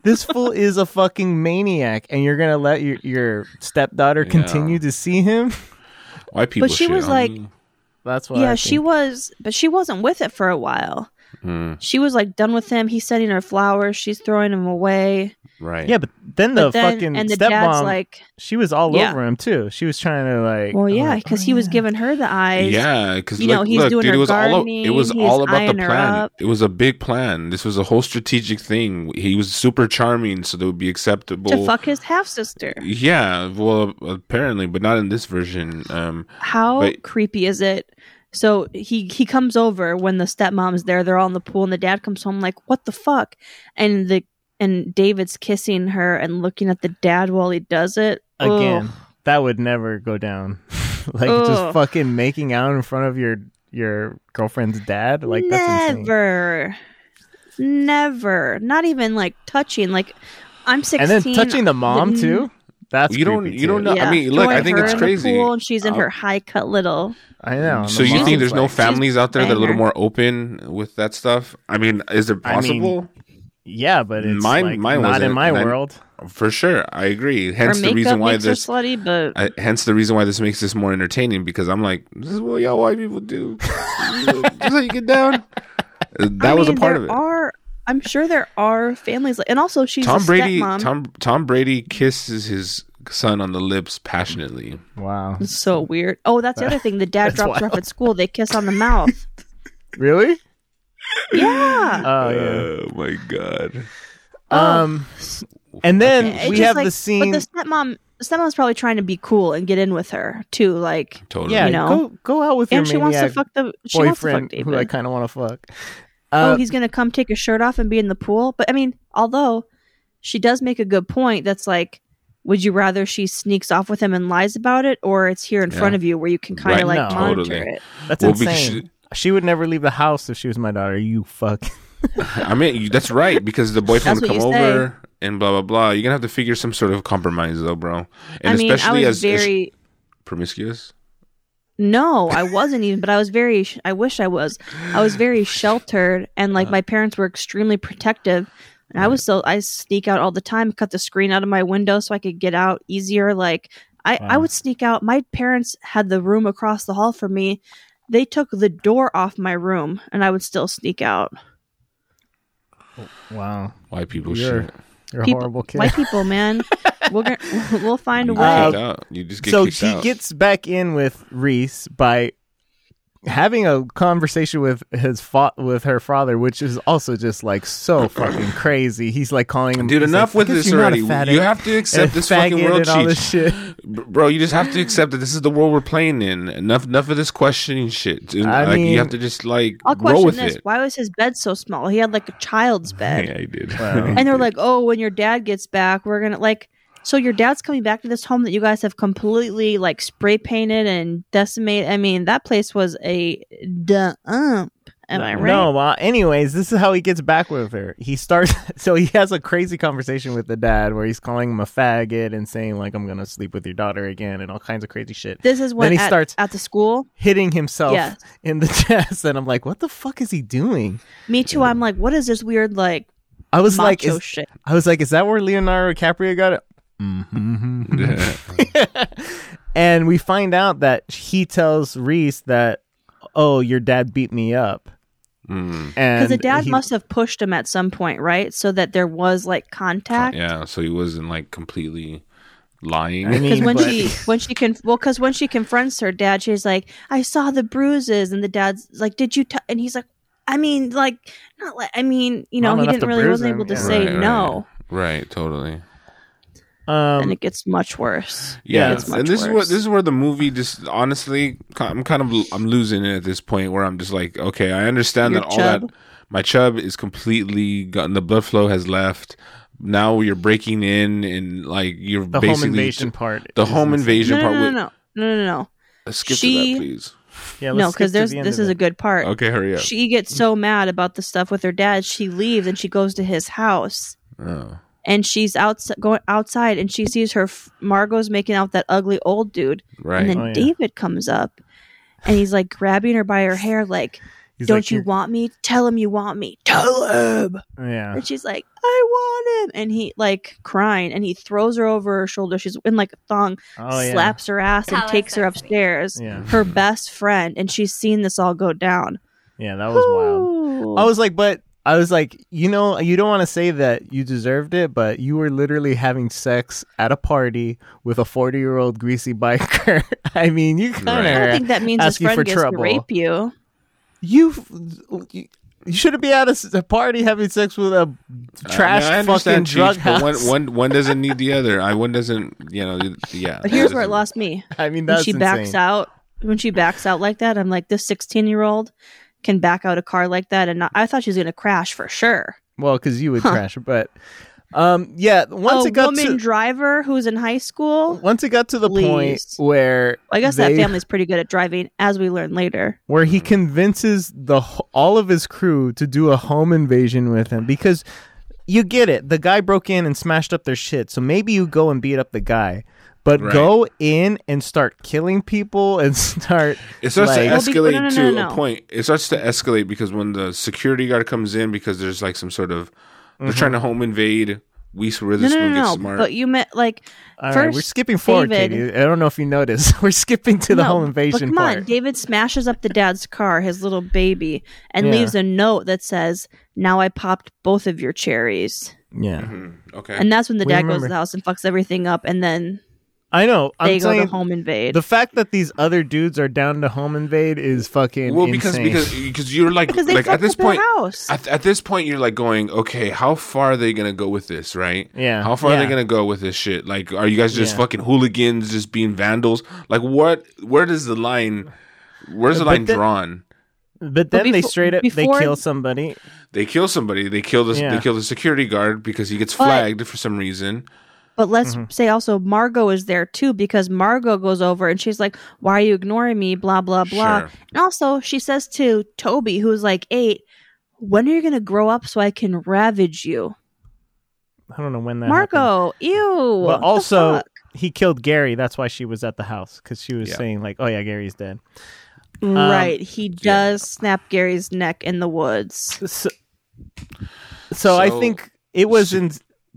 Speaker 3: this fool is a fucking maniac and you're gonna let your, your stepdaughter
Speaker 1: Yeah.
Speaker 3: continue to see him
Speaker 1: Why people?
Speaker 2: she
Speaker 1: shit
Speaker 2: was
Speaker 1: on
Speaker 2: like-
Speaker 1: me?
Speaker 3: that's what
Speaker 2: yeah,
Speaker 3: I
Speaker 2: she
Speaker 3: think.
Speaker 2: was, but she wasn't with it for a while.
Speaker 1: Mm,
Speaker 2: She was like done with him. He's sending her flowers. She's throwing him away.
Speaker 1: right.
Speaker 3: yeah but then the
Speaker 2: but then,
Speaker 3: fucking
Speaker 2: and the dad's
Speaker 3: stepmom
Speaker 2: like,
Speaker 3: she was all
Speaker 2: Yeah.
Speaker 3: over him too she was trying to like
Speaker 2: well,
Speaker 3: I'm
Speaker 2: yeah,
Speaker 3: like,
Speaker 2: because
Speaker 3: oh,
Speaker 2: he was
Speaker 3: yeah.
Speaker 2: giving her the eyes.
Speaker 1: Yeah, because
Speaker 2: You
Speaker 1: look,
Speaker 2: know, he's
Speaker 1: look,
Speaker 2: doing
Speaker 1: dude,
Speaker 2: her
Speaker 1: it was all a- it was
Speaker 2: gardening,
Speaker 1: all
Speaker 2: he's
Speaker 1: about the
Speaker 2: eyeing her
Speaker 1: plan.
Speaker 2: up.
Speaker 1: It was a big plan. This was a whole strategic thing. He was super charming, so that would be acceptable.
Speaker 2: To fuck his half sister.
Speaker 1: Yeah, well, apparently, but not in this version. Um,
Speaker 2: How
Speaker 1: But-
Speaker 2: creepy is it? So he he comes over when the stepmom's there. They're all in the pool, and the dad comes home like, "What the fuck?" And the and David's kissing her and looking at the dad while he does it
Speaker 3: again
Speaker 2: Ugh.
Speaker 3: that would never go down like
Speaker 2: Ugh.
Speaker 3: just fucking making out in front of your your girlfriend's dad like that's insane
Speaker 2: never, never, not even like touching. Like I'm
Speaker 3: and
Speaker 2: sixteen.
Speaker 3: then touching the mom
Speaker 2: wouldn't-
Speaker 3: too that's
Speaker 1: You don't-
Speaker 3: creepy,
Speaker 1: you don't
Speaker 3: too.
Speaker 1: know- I mean, look, I
Speaker 2: Throwing
Speaker 1: think
Speaker 2: her
Speaker 1: it's
Speaker 2: in the
Speaker 1: crazy. Uh,
Speaker 2: pool and she's in
Speaker 1: I'll-
Speaker 2: her high cut little.
Speaker 3: i know and
Speaker 1: so
Speaker 3: the
Speaker 1: you think
Speaker 3: mom's
Speaker 1: there's no
Speaker 3: like-
Speaker 1: families out there that are a little more
Speaker 2: banger.
Speaker 1: open with that stuff? I mean, is it
Speaker 3: I mean,
Speaker 1: possible?
Speaker 3: yeah but it's
Speaker 1: Mine-
Speaker 3: like,
Speaker 1: mine
Speaker 3: not
Speaker 1: wasn't,
Speaker 3: in my
Speaker 1: and I-
Speaker 3: world
Speaker 1: For sure, I agree.
Speaker 2: Her
Speaker 1: Hence the
Speaker 2: makeup
Speaker 1: reason why
Speaker 2: makes
Speaker 1: this.
Speaker 2: her slutty, but
Speaker 1: I, hence the reason why this makes this more entertaining because I'm like, this is what y'all white people do. this is how you get down. Uh, That
Speaker 2: I
Speaker 1: was a
Speaker 2: mean,
Speaker 1: part of
Speaker 2: there
Speaker 1: it.
Speaker 2: Are I'm sure there are families, like, and also she's
Speaker 1: Tom
Speaker 2: a
Speaker 1: Brady.
Speaker 2: stepmom.
Speaker 1: Tom Tom Brady kisses his son on the lips passionately.
Speaker 3: wow
Speaker 2: It's so weird. Oh, that's the other thing. The dad
Speaker 3: That's
Speaker 2: drops her off
Speaker 3: wild.
Speaker 2: at school. They kiss on the mouth.
Speaker 3: really
Speaker 2: yeah.
Speaker 3: Oh yeah.
Speaker 1: Oh my god! Uh,
Speaker 3: Um,
Speaker 1: oh.
Speaker 3: and
Speaker 2: It's
Speaker 3: then we
Speaker 2: just
Speaker 3: have
Speaker 2: like-
Speaker 3: the scene.
Speaker 2: But the stepmom, stepmom's probably trying to be cool and get in with her too. Like,
Speaker 1: Totally.
Speaker 3: yeah,
Speaker 2: you know.
Speaker 3: go go out with your
Speaker 2: and she wants to
Speaker 3: maniac
Speaker 2: fuck the she wants to fuck
Speaker 3: boyfriend
Speaker 2: David.
Speaker 3: who I kind of want to fuck.
Speaker 2: oh,
Speaker 3: Uh,
Speaker 2: he's gonna come take his shirt off and be in the pool. But I mean, although she does make a good point, that's like, would you rather she sneaks off with him and lies about it, or it's here in front
Speaker 1: Yeah.
Speaker 2: of you where you can kind
Speaker 1: Right.
Speaker 2: of like
Speaker 3: No.
Speaker 2: monitor
Speaker 1: Totally.
Speaker 2: it?
Speaker 3: that's
Speaker 1: Well, because
Speaker 3: insane. She, would never leave the house if she was my daughter. You fuck.
Speaker 1: I mean, you- that's right because the boyfriend would
Speaker 2: That's
Speaker 1: come
Speaker 2: what you say.
Speaker 1: over and blah blah blah. You're gonna have to figure some sort of compromise though, bro. And
Speaker 2: I mean, I
Speaker 1: especially as,
Speaker 2: was
Speaker 1: as
Speaker 2: very
Speaker 1: promiscuous.
Speaker 2: No, I wasn't even, but I was very, sh- I wish I was. I was very sheltered and like
Speaker 1: Uh-huh.
Speaker 2: my parents were extremely protective. And I was so, I sneak out all the time, cut the screen out of my window so I could get out easier. Like I, I
Speaker 3: Wow.
Speaker 2: would sneak out. My parents had the room across the hall from me. They took the door off my room and I would still sneak out.
Speaker 3: Wow.
Speaker 1: White people
Speaker 3: You're-
Speaker 1: shit.
Speaker 3: You're a
Speaker 2: People-
Speaker 3: horrible kid.
Speaker 2: White people, man. we're gonna, we'll find a
Speaker 1: You
Speaker 2: way.
Speaker 1: get
Speaker 3: Uh,
Speaker 1: kicked out. You just get
Speaker 3: so
Speaker 1: kicked
Speaker 3: she
Speaker 1: out.
Speaker 3: gets back in with Reese by having a conversation with his fa- with her father, which is also just like so fucking crazy. He's like calling him,
Speaker 1: Dude,
Speaker 3: he's
Speaker 1: enough
Speaker 3: like,
Speaker 1: with
Speaker 3: "I guess
Speaker 1: this
Speaker 3: you're not a
Speaker 1: already.
Speaker 3: faggot
Speaker 1: You have to
Speaker 3: and
Speaker 1: accept
Speaker 3: a
Speaker 1: this fucking
Speaker 3: faggot
Speaker 1: world
Speaker 3: and all
Speaker 1: cheat.
Speaker 3: this shit.
Speaker 1: B- Bro, you just have to accept that this is the world we're playing in. Enough, enough of this questioning shit. Dude,
Speaker 3: I
Speaker 1: like
Speaker 3: mean-
Speaker 1: you have to just like
Speaker 2: I'll
Speaker 1: roll
Speaker 2: question
Speaker 1: with
Speaker 2: this.
Speaker 1: it.
Speaker 2: Why was his bed so small? He had like a child's bed.
Speaker 1: Yeah, he did.
Speaker 2: and they're like, "Oh, when your dad gets back, we're gonna like." So your dad's coming back to this home that you guys have completely like spray painted and decimated. I mean, that place was a dump. Am I right?
Speaker 3: No, well, anyways, this is how he gets back with her. He starts, so he has a crazy conversation with the dad where he's calling him a faggot and saying, like, I'm going to sleep with your daughter again and all kinds of crazy shit.
Speaker 2: This is when
Speaker 3: Then he
Speaker 2: at,
Speaker 3: starts-
Speaker 2: at the school.
Speaker 3: Hitting himself
Speaker 2: Yes.
Speaker 3: in the chest. And I'm like, what the fuck is he doing?
Speaker 2: Me too. I'm like, what is this weird like
Speaker 3: I was
Speaker 2: macho
Speaker 3: like, is,
Speaker 2: shit?
Speaker 3: I was like, is that where Leonardo DiCaprio got it? Mm-hmm.
Speaker 1: Yeah.
Speaker 3: and we find out that he tells Reese that, oh, your dad beat me up.
Speaker 1: Mm,
Speaker 3: And
Speaker 2: Because the dad
Speaker 3: he-
Speaker 2: must have pushed him at some point, right? So that there was like contact.
Speaker 1: yeah, so he wasn't like completely lying.
Speaker 3: I mean-
Speaker 2: Because when
Speaker 3: but-
Speaker 2: she when she can well, because when she confronts her dad, she's like, "I saw the bruises," and the dad's like, "Did you?" T-? And he's like, "I mean, like, not like, I mean, you know,
Speaker 3: Not
Speaker 2: he
Speaker 3: enough
Speaker 2: didn't
Speaker 3: to
Speaker 2: really
Speaker 3: bruise
Speaker 2: wasn't
Speaker 3: him,
Speaker 2: able to
Speaker 3: yeah.
Speaker 2: say
Speaker 1: Right, right.
Speaker 2: no."
Speaker 1: right, totally.
Speaker 2: And
Speaker 3: um,
Speaker 2: it gets much worse.
Speaker 1: Yeah,
Speaker 2: it gets much
Speaker 1: and this is what
Speaker 2: worse.
Speaker 1: this is where the movie just honestly, ki- I'm kind of I'm losing it at this point where I'm just like, okay, I understand
Speaker 2: Your
Speaker 1: that all that
Speaker 2: chub?
Speaker 1: my chub is completely gotten the blood flow has left. Now you're breaking in and like you're
Speaker 3: the
Speaker 1: basically
Speaker 3: home invasion part.
Speaker 1: the
Speaker 3: is
Speaker 1: home
Speaker 3: insane.
Speaker 1: invasion
Speaker 2: no, no,
Speaker 1: part.
Speaker 2: no, no,
Speaker 1: with-
Speaker 2: no, no, no, no,
Speaker 1: Let's Skip to
Speaker 2: She-
Speaker 1: that, please.
Speaker 3: Yeah,
Speaker 2: no,
Speaker 3: let's skip
Speaker 2: because
Speaker 3: to
Speaker 2: there's
Speaker 3: the end
Speaker 2: this
Speaker 3: of
Speaker 2: is
Speaker 3: it.
Speaker 2: a good part.
Speaker 1: Okay, hurry up.
Speaker 2: She gets so mad about the stuff with her dad, she leaves and she goes to his house.
Speaker 1: Oh.
Speaker 2: And she's outs- going outside, and she sees her f- Margot's making out with that ugly old dude,
Speaker 1: Right.
Speaker 2: And then
Speaker 3: Oh, yeah.
Speaker 2: David comes up and he's like grabbing her by her hair, like,
Speaker 3: He's
Speaker 2: Don't
Speaker 3: like,
Speaker 2: you
Speaker 3: "You're- Uh.
Speaker 2: want me? Tell him you want me. Tell him.
Speaker 3: Yeah.
Speaker 2: And she's like, I want him. And he, like, crying and he throws her over her shoulder. She's in like a thong,
Speaker 3: Oh yeah.
Speaker 2: slaps her ass, and
Speaker 5: How
Speaker 2: takes her
Speaker 5: sexy.
Speaker 2: upstairs.
Speaker 3: Yeah.
Speaker 2: Her best friend. And she's seen this all go down.
Speaker 3: Yeah, that was wild.
Speaker 2: Ooh.
Speaker 3: I was like, but I was like, you know, you don't want to say that you deserved it, but you were literally having sex at a party with a forty-year-old greasy biker. I mean, you kind
Speaker 2: I
Speaker 3: of
Speaker 2: don't think that means his
Speaker 3: Ask you
Speaker 2: friend
Speaker 3: for
Speaker 2: gets
Speaker 3: trouble.
Speaker 2: to rape you.
Speaker 3: you. You, you shouldn't be at a, s- a party having sex with a trash
Speaker 1: I mean, I
Speaker 3: fucking
Speaker 1: understand
Speaker 3: drug
Speaker 1: Cheech,
Speaker 3: house.
Speaker 1: but one, one one doesn't need the other. I one doesn't, you know, yeah.
Speaker 2: But here's where it lost me.
Speaker 3: I
Speaker 2: when
Speaker 3: mean, that's
Speaker 2: she
Speaker 3: insane.
Speaker 2: backs out when she backs out like that i'm like this 16 year old can back out a car like that and not, i thought she was going to crash for sure
Speaker 3: Well, because you would crash, but um, yeah. Once
Speaker 2: a
Speaker 3: it got
Speaker 2: woman
Speaker 3: to
Speaker 2: driver who's in high school
Speaker 3: once it got to the point
Speaker 2: Please.
Speaker 3: where
Speaker 2: i guess
Speaker 3: they-
Speaker 2: that family's pretty good at driving as we learn later
Speaker 3: where he convinces the h- all of his crew to do a home invasion with him because you get it the guy broke in and smashed up their shit so maybe you go and beat up the guy but
Speaker 1: Right.
Speaker 3: go in and start killing people and start
Speaker 1: It starts
Speaker 3: like,
Speaker 1: to
Speaker 2: Well, be-
Speaker 1: escalate
Speaker 2: no, no,
Speaker 1: to
Speaker 2: no,
Speaker 1: a
Speaker 2: no.
Speaker 1: point. It starts to escalate because when the security guard comes in, because there's like some sort of they're trying to home invade. Weiss
Speaker 2: Mm-hmm. no
Speaker 1: Witherspoon
Speaker 2: no no,
Speaker 1: gets
Speaker 2: no.
Speaker 1: smart.
Speaker 2: but you meant like
Speaker 3: all right,
Speaker 2: first
Speaker 3: we're skipping forward
Speaker 2: David-
Speaker 3: katie i don't know if you noticed we're skipping to the
Speaker 2: No,
Speaker 3: home
Speaker 2: but
Speaker 3: invasion
Speaker 2: come
Speaker 3: part
Speaker 2: on david smashes up the dad's car his little baby and
Speaker 3: Yeah.
Speaker 2: leaves a note that says now i popped both of your cherries
Speaker 3: yeah
Speaker 1: Mm-hmm. okay,
Speaker 2: and that's when the
Speaker 3: We
Speaker 2: dad goes to
Speaker 3: remember.
Speaker 2: the house and fucks everything up and then
Speaker 3: i know
Speaker 2: they
Speaker 3: i'm
Speaker 2: go to
Speaker 3: saying
Speaker 2: home invade
Speaker 3: the fact that these other dudes are down to home invade is fucking
Speaker 1: well because
Speaker 3: insane.
Speaker 1: because because you're like
Speaker 2: because they
Speaker 1: like
Speaker 2: fucked
Speaker 1: at this
Speaker 2: up
Speaker 1: point
Speaker 2: her house.
Speaker 1: at, at this point you're like going okay how far are they gonna go with this right
Speaker 3: Yeah.
Speaker 1: how far are
Speaker 3: Yeah.
Speaker 1: they gonna go with this shit like are you guys just
Speaker 3: Yeah.
Speaker 1: fucking hooligans just being vandals like what where does the line where's the
Speaker 3: But
Speaker 1: line
Speaker 3: then-
Speaker 1: drawn
Speaker 3: but then they
Speaker 2: befo-
Speaker 3: straight up
Speaker 2: before-
Speaker 3: they kill somebody
Speaker 1: they kill somebody they kill the
Speaker 3: Yeah.
Speaker 1: they kill the security guard because he gets
Speaker 2: But-
Speaker 1: flagged for some reason
Speaker 2: but let's say also Margot is there too because Margot goes over and she's like, "Why are you ignoring me?" Blah blah blah.
Speaker 1: Sure.
Speaker 2: And also she says to Toby, who's like eight, "When are you gonna grow up so I can ravage you?"
Speaker 3: i don't know when that happened.
Speaker 2: Margot, ew.
Speaker 3: But
Speaker 2: what the
Speaker 3: also,
Speaker 2: fuck?
Speaker 3: he killed Gary. That's why she was at the house because she was
Speaker 1: Yeah.
Speaker 3: saying like, "Oh yeah, Gary's dead."
Speaker 2: right. He does snap Gary's neck in the woods.
Speaker 3: So, so I
Speaker 1: So-
Speaker 3: think it was in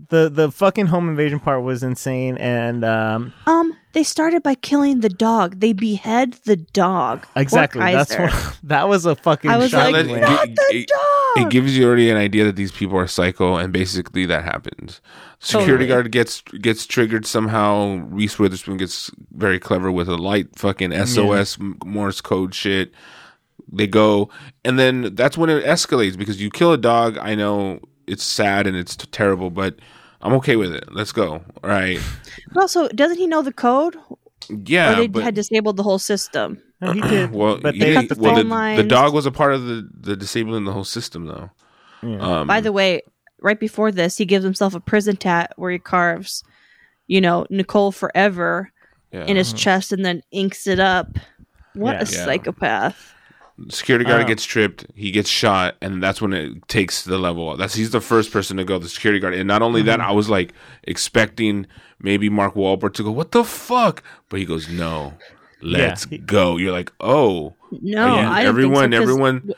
Speaker 3: the the fucking home invasion part was insane, and um,
Speaker 2: Um, they started by killing the dog. They behead the dog. Poor
Speaker 3: exactly that's
Speaker 2: Kaiser.
Speaker 3: what, that was a fucking.
Speaker 2: I was
Speaker 3: shocking
Speaker 2: like,
Speaker 1: Charlotte,
Speaker 3: way.
Speaker 1: no!
Speaker 2: not the
Speaker 1: it-
Speaker 2: dog.
Speaker 1: it gives you already an idea that these people are psycho and basically that happens security
Speaker 2: Totally.
Speaker 1: guard gets gets triggered somehow reese witherspoon gets very clever with a light fucking sos m morse code shit they go and then that's when it escalates because you kill a dog i know it's sad and it's t- terrible but i'm okay with it let's go all right
Speaker 2: But also, doesn't he know the code?
Speaker 1: yeah
Speaker 2: or they
Speaker 1: but
Speaker 2: had disabled the whole system.
Speaker 3: No, he did.
Speaker 1: well,
Speaker 3: but
Speaker 1: he
Speaker 3: they cut
Speaker 1: didn't-
Speaker 3: the
Speaker 1: well,
Speaker 2: phone
Speaker 1: the, the
Speaker 2: lines.
Speaker 1: dog was a part of the, the disabling the whole system though um,
Speaker 2: By the way, right before this, he gives himself a prison tat where he carves, you know, Nicole forever
Speaker 1: yeah.
Speaker 2: in his chest and then inks it up. What a
Speaker 3: Yeah.
Speaker 1: Uh-huh. Yeah.
Speaker 2: psychopath.
Speaker 1: security guard
Speaker 3: Oh.
Speaker 1: gets tripped he gets shot and that's when it takes the level up that's he's the first person to go the security guard and not only that
Speaker 3: Mm-hmm.
Speaker 1: i was like expecting maybe mark Wahlberg to go what the fuck but he goes no let's go you're like oh
Speaker 2: No,
Speaker 1: again,
Speaker 2: I didn't think so,
Speaker 1: everyone
Speaker 2: 'cause-
Speaker 1: everyone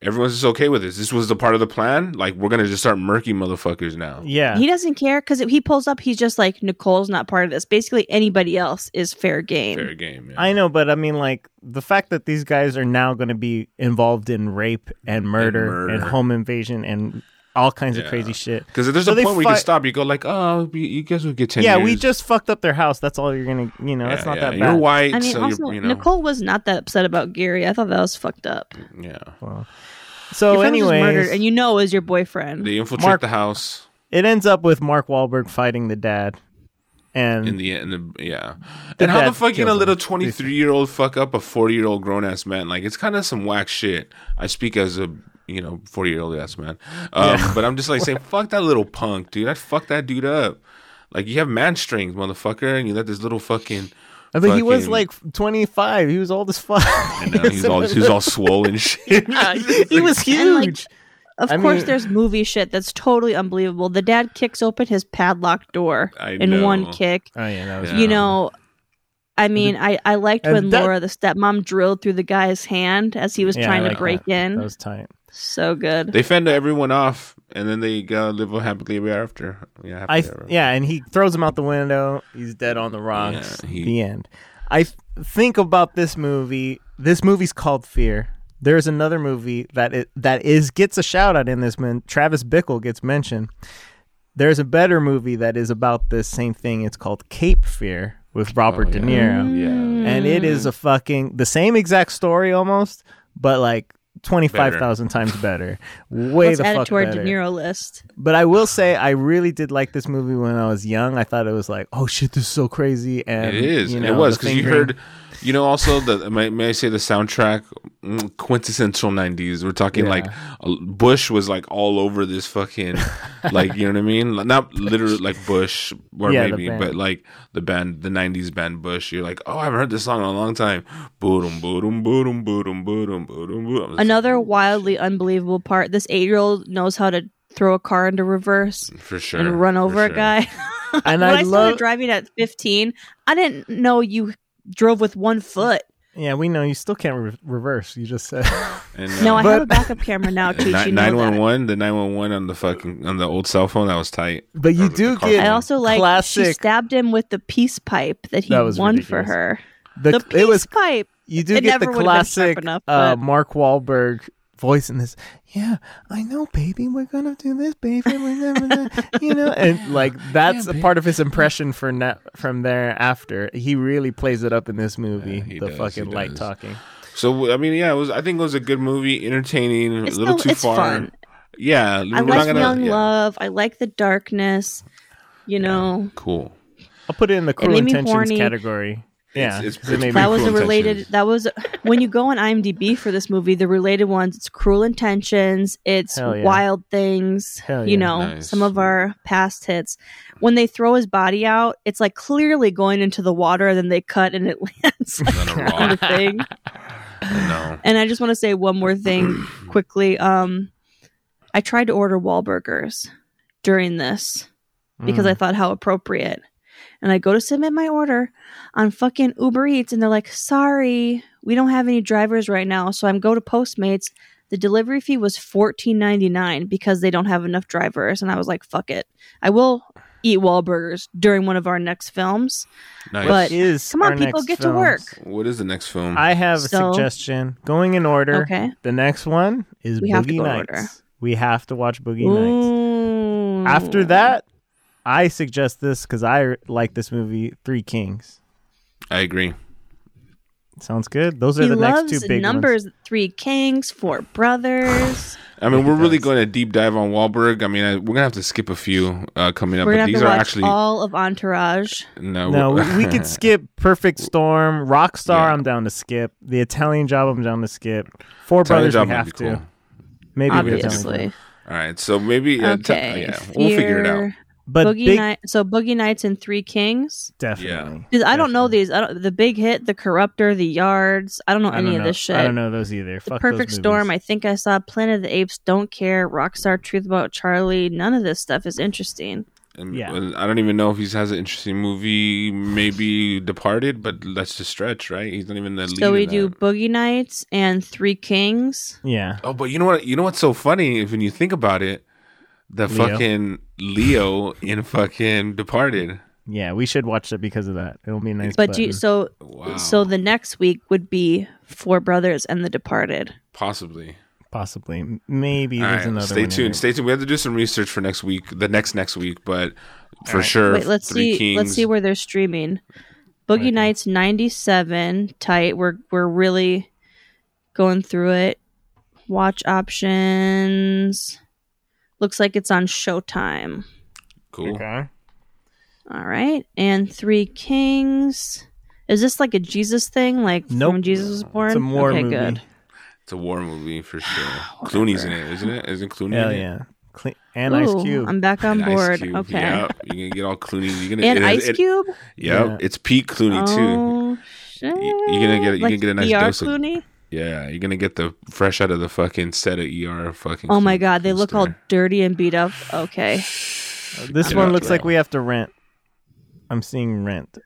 Speaker 1: everyone's just okay with this this was the part of the plan like we're gonna just start murky motherfuckers now
Speaker 3: Yeah,
Speaker 2: He doesn't care because if he pulls up, he's just like Nicole's not part of this. Basically, anybody else is fair game.
Speaker 1: fair game man.
Speaker 3: I know, but I mean, like the fact that these guys are now going to be involved in rape and murder and,
Speaker 1: murder.
Speaker 3: home invasion and all kinds of
Speaker 1: Yeah.
Speaker 3: crazy shit.
Speaker 1: because there's
Speaker 3: So
Speaker 1: a
Speaker 3: they
Speaker 1: point where you can
Speaker 3: fi-
Speaker 1: stop you go like oh you- you guys will get 10
Speaker 3: Yeah,
Speaker 1: years.
Speaker 3: we just fucked up their house. That's all you're gonna, you know.
Speaker 1: yeah,
Speaker 3: that's not
Speaker 1: yeah.
Speaker 3: that
Speaker 1: you're
Speaker 3: bad.
Speaker 1: white
Speaker 2: I mean,
Speaker 1: so
Speaker 2: also,
Speaker 1: you're you know
Speaker 2: Nicole was not that upset about Gary. I thought that was fucked up.
Speaker 1: yeah
Speaker 3: So Oh,
Speaker 2: your friend was just
Speaker 3: anyway,
Speaker 2: murdered, and you know it was your boyfriend.
Speaker 1: they infiltrate
Speaker 3: Mark-
Speaker 1: the house
Speaker 3: it ends up with Mark Wahlberg fighting the dad, and
Speaker 1: in the end, in the- yeah.
Speaker 3: The
Speaker 1: and how the
Speaker 3: dad
Speaker 1: fuck can
Speaker 3: kills
Speaker 1: a
Speaker 3: him.
Speaker 1: little twenty three year old fuck up a forty year old grown ass man? Like it's kind of some whack shit. I speak as a you know forty year old ass man, um, but I'm just like saying fuck that little punk dude. I fuck that dude up. Like you have man strings, motherfucker, and you let this little fucking.
Speaker 3: I mean, he was
Speaker 1: fucking-
Speaker 3: like 25. He was old as fuck.
Speaker 1: you know, he's all he's all swollen shit.
Speaker 3: he was
Speaker 2: And, like,
Speaker 3: huge.
Speaker 2: Of
Speaker 3: I
Speaker 2: course,
Speaker 3: mean-
Speaker 2: there's movie shit that's totally unbelievable. The dad kicks open his padlock door
Speaker 1: I
Speaker 2: in
Speaker 1: know.
Speaker 2: one kick.
Speaker 3: oh yeah, that was
Speaker 1: Yeah.
Speaker 2: You know, I mean, I, I liked
Speaker 3: And
Speaker 2: when
Speaker 3: that-
Speaker 2: Laura, the stepmom, drilled through the guy's hand as he was
Speaker 3: Yeah, I
Speaker 2: trying to
Speaker 3: like
Speaker 2: break
Speaker 3: that.
Speaker 2: in.
Speaker 3: that was tight.
Speaker 2: So good.
Speaker 1: they fend everyone off, and then they go live happily ever after. Yeah, happily
Speaker 3: I
Speaker 1: ever.
Speaker 3: yeah, and he throws him out the window. He's dead on the rocks.
Speaker 1: Yeah, he-
Speaker 3: the end. I f- think about this movie. This movie's called Fear. There's another movie that it, that is gets a shout out in this. Man, Travis Bickle gets mentioned. There's a better movie that is about this same thing. It's called Cape Fear
Speaker 2: Oh,
Speaker 3: with Robert De
Speaker 2: Mm.
Speaker 3: Niro,
Speaker 1: yeah.
Speaker 3: and it is
Speaker 1: Mm.
Speaker 3: a fucking the same exact story almost, but like twenty five thousand times better. Way
Speaker 2: Let's
Speaker 3: the
Speaker 2: add
Speaker 3: fuck
Speaker 2: it to our
Speaker 3: better.
Speaker 2: De Niro list.
Speaker 3: But I will say, I really did like this movie when I was young. I thought it was like, oh shit, this is so crazy. And
Speaker 1: It is.
Speaker 3: you
Speaker 1: and
Speaker 3: know,
Speaker 1: it was
Speaker 3: the
Speaker 1: because you
Speaker 3: fingering-
Speaker 1: heard, you know, also the may, may I say the soundtrack mm, quintessential '90s. We're talking like uh, Bush was like all over this fucking, like you know what I mean? Like, Not literally like Bush or
Speaker 3: Yeah, the
Speaker 1: maybe,
Speaker 3: band.
Speaker 1: but like the band, the '90s band Bush. You're like, oh, I haven't heard this song in a long time. Boodum boodum boodum boodum boodum boodum boodum.
Speaker 2: Another wildly unbelievable part this eight year old knows how to throw a car into reverse
Speaker 1: for sure
Speaker 2: and run
Speaker 1: for
Speaker 2: over a
Speaker 1: sure.
Speaker 2: guy.
Speaker 3: And
Speaker 2: when I,
Speaker 3: I
Speaker 2: started
Speaker 3: love.
Speaker 2: driving at 15, I didn't know you drove with one foot.
Speaker 3: Yeah, we know you still can't re- reverse. You just said
Speaker 1: And,
Speaker 2: No, I
Speaker 1: uh,
Speaker 2: have
Speaker 3: But-
Speaker 2: a backup camera now, too. You know
Speaker 1: nine one
Speaker 2: that.
Speaker 1: one, the nine one one on the fucking on the old cell phone that was tight.
Speaker 3: But you
Speaker 1: Or the
Speaker 3: do
Speaker 1: car
Speaker 3: get-
Speaker 2: I
Speaker 1: phone.
Speaker 2: also like she
Speaker 3: Classic.
Speaker 2: stabbed him with the peace pipe that he
Speaker 3: That was
Speaker 2: won
Speaker 3: ridiculous.
Speaker 2: for her.
Speaker 3: the,
Speaker 2: The peace
Speaker 3: it was.
Speaker 2: pipe.
Speaker 3: You do
Speaker 2: it
Speaker 3: get the
Speaker 2: never would've been sharp
Speaker 3: classic
Speaker 2: enough,
Speaker 3: uh,
Speaker 2: but-
Speaker 3: Mark Wahlberg voice in this. Yeah, I know, baby. We're gonna do this, baby. We're gonna, you know, and like that's a part of his impression for na- from there after. He really plays it up in this movie.
Speaker 1: he
Speaker 3: the
Speaker 1: does,
Speaker 3: fucking
Speaker 1: he
Speaker 3: light
Speaker 1: does.
Speaker 3: talking.
Speaker 1: So I mean, yeah, it was. I think it was a good movie, entertaining,
Speaker 2: It's
Speaker 1: a little
Speaker 2: still-
Speaker 1: too
Speaker 2: it's
Speaker 1: far.
Speaker 2: fun.
Speaker 1: Yeah,
Speaker 2: I
Speaker 1: we're not
Speaker 2: like
Speaker 1: gonna-
Speaker 2: young
Speaker 1: yeah,
Speaker 2: love. I like the darkness. You know,
Speaker 1: Cool.
Speaker 3: I'll put it in the cruel
Speaker 2: made me
Speaker 3: intentions
Speaker 2: horny.
Speaker 3: category. Yeah,
Speaker 1: it's-
Speaker 3: it
Speaker 1: it's
Speaker 3: made me-
Speaker 1: pretty
Speaker 2: that was
Speaker 1: Cruel
Speaker 2: a related.
Speaker 1: Intentions.
Speaker 2: That was when you go on IMDb for this movie. The related ones. It's Cruel Intentions. It's
Speaker 3: Hell yeah.
Speaker 2: Wild Things.
Speaker 3: Hell
Speaker 2: you
Speaker 3: yeah.
Speaker 2: know,
Speaker 1: Nice.
Speaker 2: some of our past hits. When they throw his body out, it's like clearly going into the water, and then they cut, and it lands like,
Speaker 1: On a
Speaker 2: on the
Speaker 1: rock.
Speaker 2: thing.
Speaker 1: no.
Speaker 2: And I just want to say one more thing quickly. Um, I tried to
Speaker 3: Mm.
Speaker 2: order Wahlburgers during this because I thought how appropriate. and I go to submit my order on fucking Uber Eats, and they're like, "Sorry, we don't have any drivers right now." So I'm go to Postmates. The delivery fee was fourteen ninety nine because they don't have enough drivers, and I was like, "Fuck it, I will eat Wahlburgers during one of our next films."
Speaker 1: Nice.
Speaker 2: But-
Speaker 3: Is
Speaker 2: Come on,
Speaker 3: our
Speaker 2: people,
Speaker 3: next
Speaker 2: get to
Speaker 3: films.
Speaker 2: work.
Speaker 1: what is the next film?
Speaker 3: I have
Speaker 2: So-
Speaker 3: a suggestion. Going in order.
Speaker 2: Okay.
Speaker 3: The next one is
Speaker 2: We
Speaker 3: Boogie
Speaker 2: have to go in
Speaker 3: Nights.
Speaker 2: order.
Speaker 3: We have to watch Boogie Nights.
Speaker 2: Ooh.
Speaker 3: After that, I suggest this because I r- like this movie, Three Kings.
Speaker 1: I agree.
Speaker 3: Sounds good. Those are
Speaker 2: he
Speaker 3: the
Speaker 2: loves
Speaker 3: next two big
Speaker 2: numbers three kings, four brothers.
Speaker 1: I mean, we're really going to deep dive on Wahlberg. I mean, I, we're gonna have to skip a few uh, coming up,
Speaker 2: We're gonna
Speaker 1: but
Speaker 2: have
Speaker 1: these
Speaker 2: to
Speaker 1: are
Speaker 2: watch
Speaker 1: actually
Speaker 2: all of Entourage.
Speaker 1: no.
Speaker 3: ones. No, we, we could skip Perfect Storm, Rockstar.
Speaker 1: Yeah.
Speaker 3: I'm down to skip the Italian Job. I'm down to skip Four
Speaker 1: Italian Job
Speaker 3: Brothers. we
Speaker 1: might
Speaker 3: have
Speaker 1: be
Speaker 3: to.
Speaker 1: cool.
Speaker 3: Maybe we have
Speaker 2: obviously.
Speaker 3: to.
Speaker 1: All right, so maybe uh, t-
Speaker 2: okay.
Speaker 1: yeah, we'll figure it out.
Speaker 2: Fear,
Speaker 3: But
Speaker 2: Boogie
Speaker 3: big,
Speaker 2: Night. So Boogie Nights and Three Kings.
Speaker 3: definitely.
Speaker 2: 'Cause I don't know these. I don't, the Big Hit, The Corruptor, The Yards. I don't know
Speaker 3: I
Speaker 2: any
Speaker 3: don't
Speaker 2: of
Speaker 3: know-
Speaker 2: this shit.
Speaker 3: I don't know those either.
Speaker 2: The
Speaker 3: Fuck those
Speaker 2: Perfect
Speaker 3: movies.
Speaker 2: Storm. I think I saw Planet of the Apes. Don't care. Rockstar. Truth About Charlie. None of this stuff is interesting.
Speaker 1: And
Speaker 3: Yeah.
Speaker 1: well, I don't even know if he has an interesting movie. Maybe Departed, but let's just stretch, right? He's not even the lead.
Speaker 2: So we
Speaker 1: in
Speaker 2: do
Speaker 1: that.
Speaker 2: Boogie Nights and Three Kings.
Speaker 3: Yeah.
Speaker 1: Oh, but you know what? You know what's so funny if when you think about it, the
Speaker 3: Leo.
Speaker 1: fucking Leo in fucking Departed.
Speaker 3: Yeah, we should watch it because of that. It'll be a nice.
Speaker 2: But
Speaker 3: button.
Speaker 2: do you, so
Speaker 1: Wow.
Speaker 2: so the next week would be Four Brothers and The Departed.
Speaker 1: Possibly.
Speaker 3: possibly, M- maybe
Speaker 1: All
Speaker 3: there's
Speaker 1: right,
Speaker 3: another.
Speaker 1: stay
Speaker 3: one in
Speaker 1: tuned.
Speaker 3: it.
Speaker 1: Stay tuned. We have to do some research for next week, the next next week, but for sure.
Speaker 2: Wait, let's
Speaker 1: Three
Speaker 2: see. Let's
Speaker 1: Kings-
Speaker 2: see where they're streaming. Boogie
Speaker 3: Okay.
Speaker 2: Nights '97 tight. We're we're really going through it. Watch options. Looks like it's on Showtime.
Speaker 1: Cool.
Speaker 3: Okay.
Speaker 2: All right, and Three Kings. Is this like a Jesus thing? Like
Speaker 3: Nope.
Speaker 2: when Jesus was born?
Speaker 3: It's a war
Speaker 2: okay,
Speaker 3: movie.
Speaker 2: good.
Speaker 1: It's a war movie for sure. Clooney's in it, isn't it? Isn't Clooney
Speaker 3: Hell
Speaker 1: in it?
Speaker 3: yeah. Cle- and Ice
Speaker 2: Ooh,
Speaker 3: Cube.
Speaker 2: I'm back on
Speaker 1: And Ice
Speaker 2: board.
Speaker 1: Cube,
Speaker 2: Okay.
Speaker 1: Yep. You're gonna get all Clooney. You're gonna
Speaker 2: And
Speaker 1: it-
Speaker 2: Ice
Speaker 1: it-
Speaker 2: Cube.
Speaker 1: Yep.
Speaker 3: Yeah.
Speaker 1: It's peak Clooney too.
Speaker 2: Oh shit!
Speaker 1: you're gonna get- you're gonna get a nice
Speaker 2: ER
Speaker 1: dose of-
Speaker 2: Clooney.
Speaker 1: Yeah. You're gonna get the fresh out of the fucking set of ER fucking.
Speaker 2: Oh my
Speaker 1: Clooney-
Speaker 2: god, they look all
Speaker 1: Cloonster.
Speaker 2: dirty and beat up. Okay.
Speaker 3: this
Speaker 1: Yeah.
Speaker 3: one looks like
Speaker 1: Yeah.
Speaker 3: we have to rent. I'm seeing rent.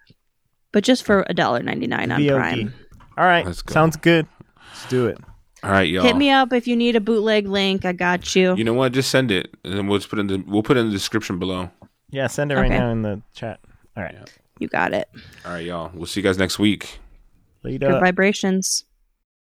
Speaker 2: But just for a dollar ninety nine on
Speaker 3: VOD.
Speaker 2: Prime.
Speaker 3: All right.
Speaker 1: Let's go.
Speaker 3: Sounds good. Let's do it.
Speaker 1: All right, y'all.
Speaker 2: Hit me up if you need a bootleg link. I got you.
Speaker 1: You know what? Just send it, and then we'll just put in the we'll put it in the description below.
Speaker 3: Yeah, send it right
Speaker 2: Okay.
Speaker 3: now in the chat. All right.
Speaker 2: You got it.
Speaker 1: All right, y'all. We'll see you guys next week.
Speaker 3: Lead
Speaker 2: Good
Speaker 3: up.
Speaker 2: vibrations.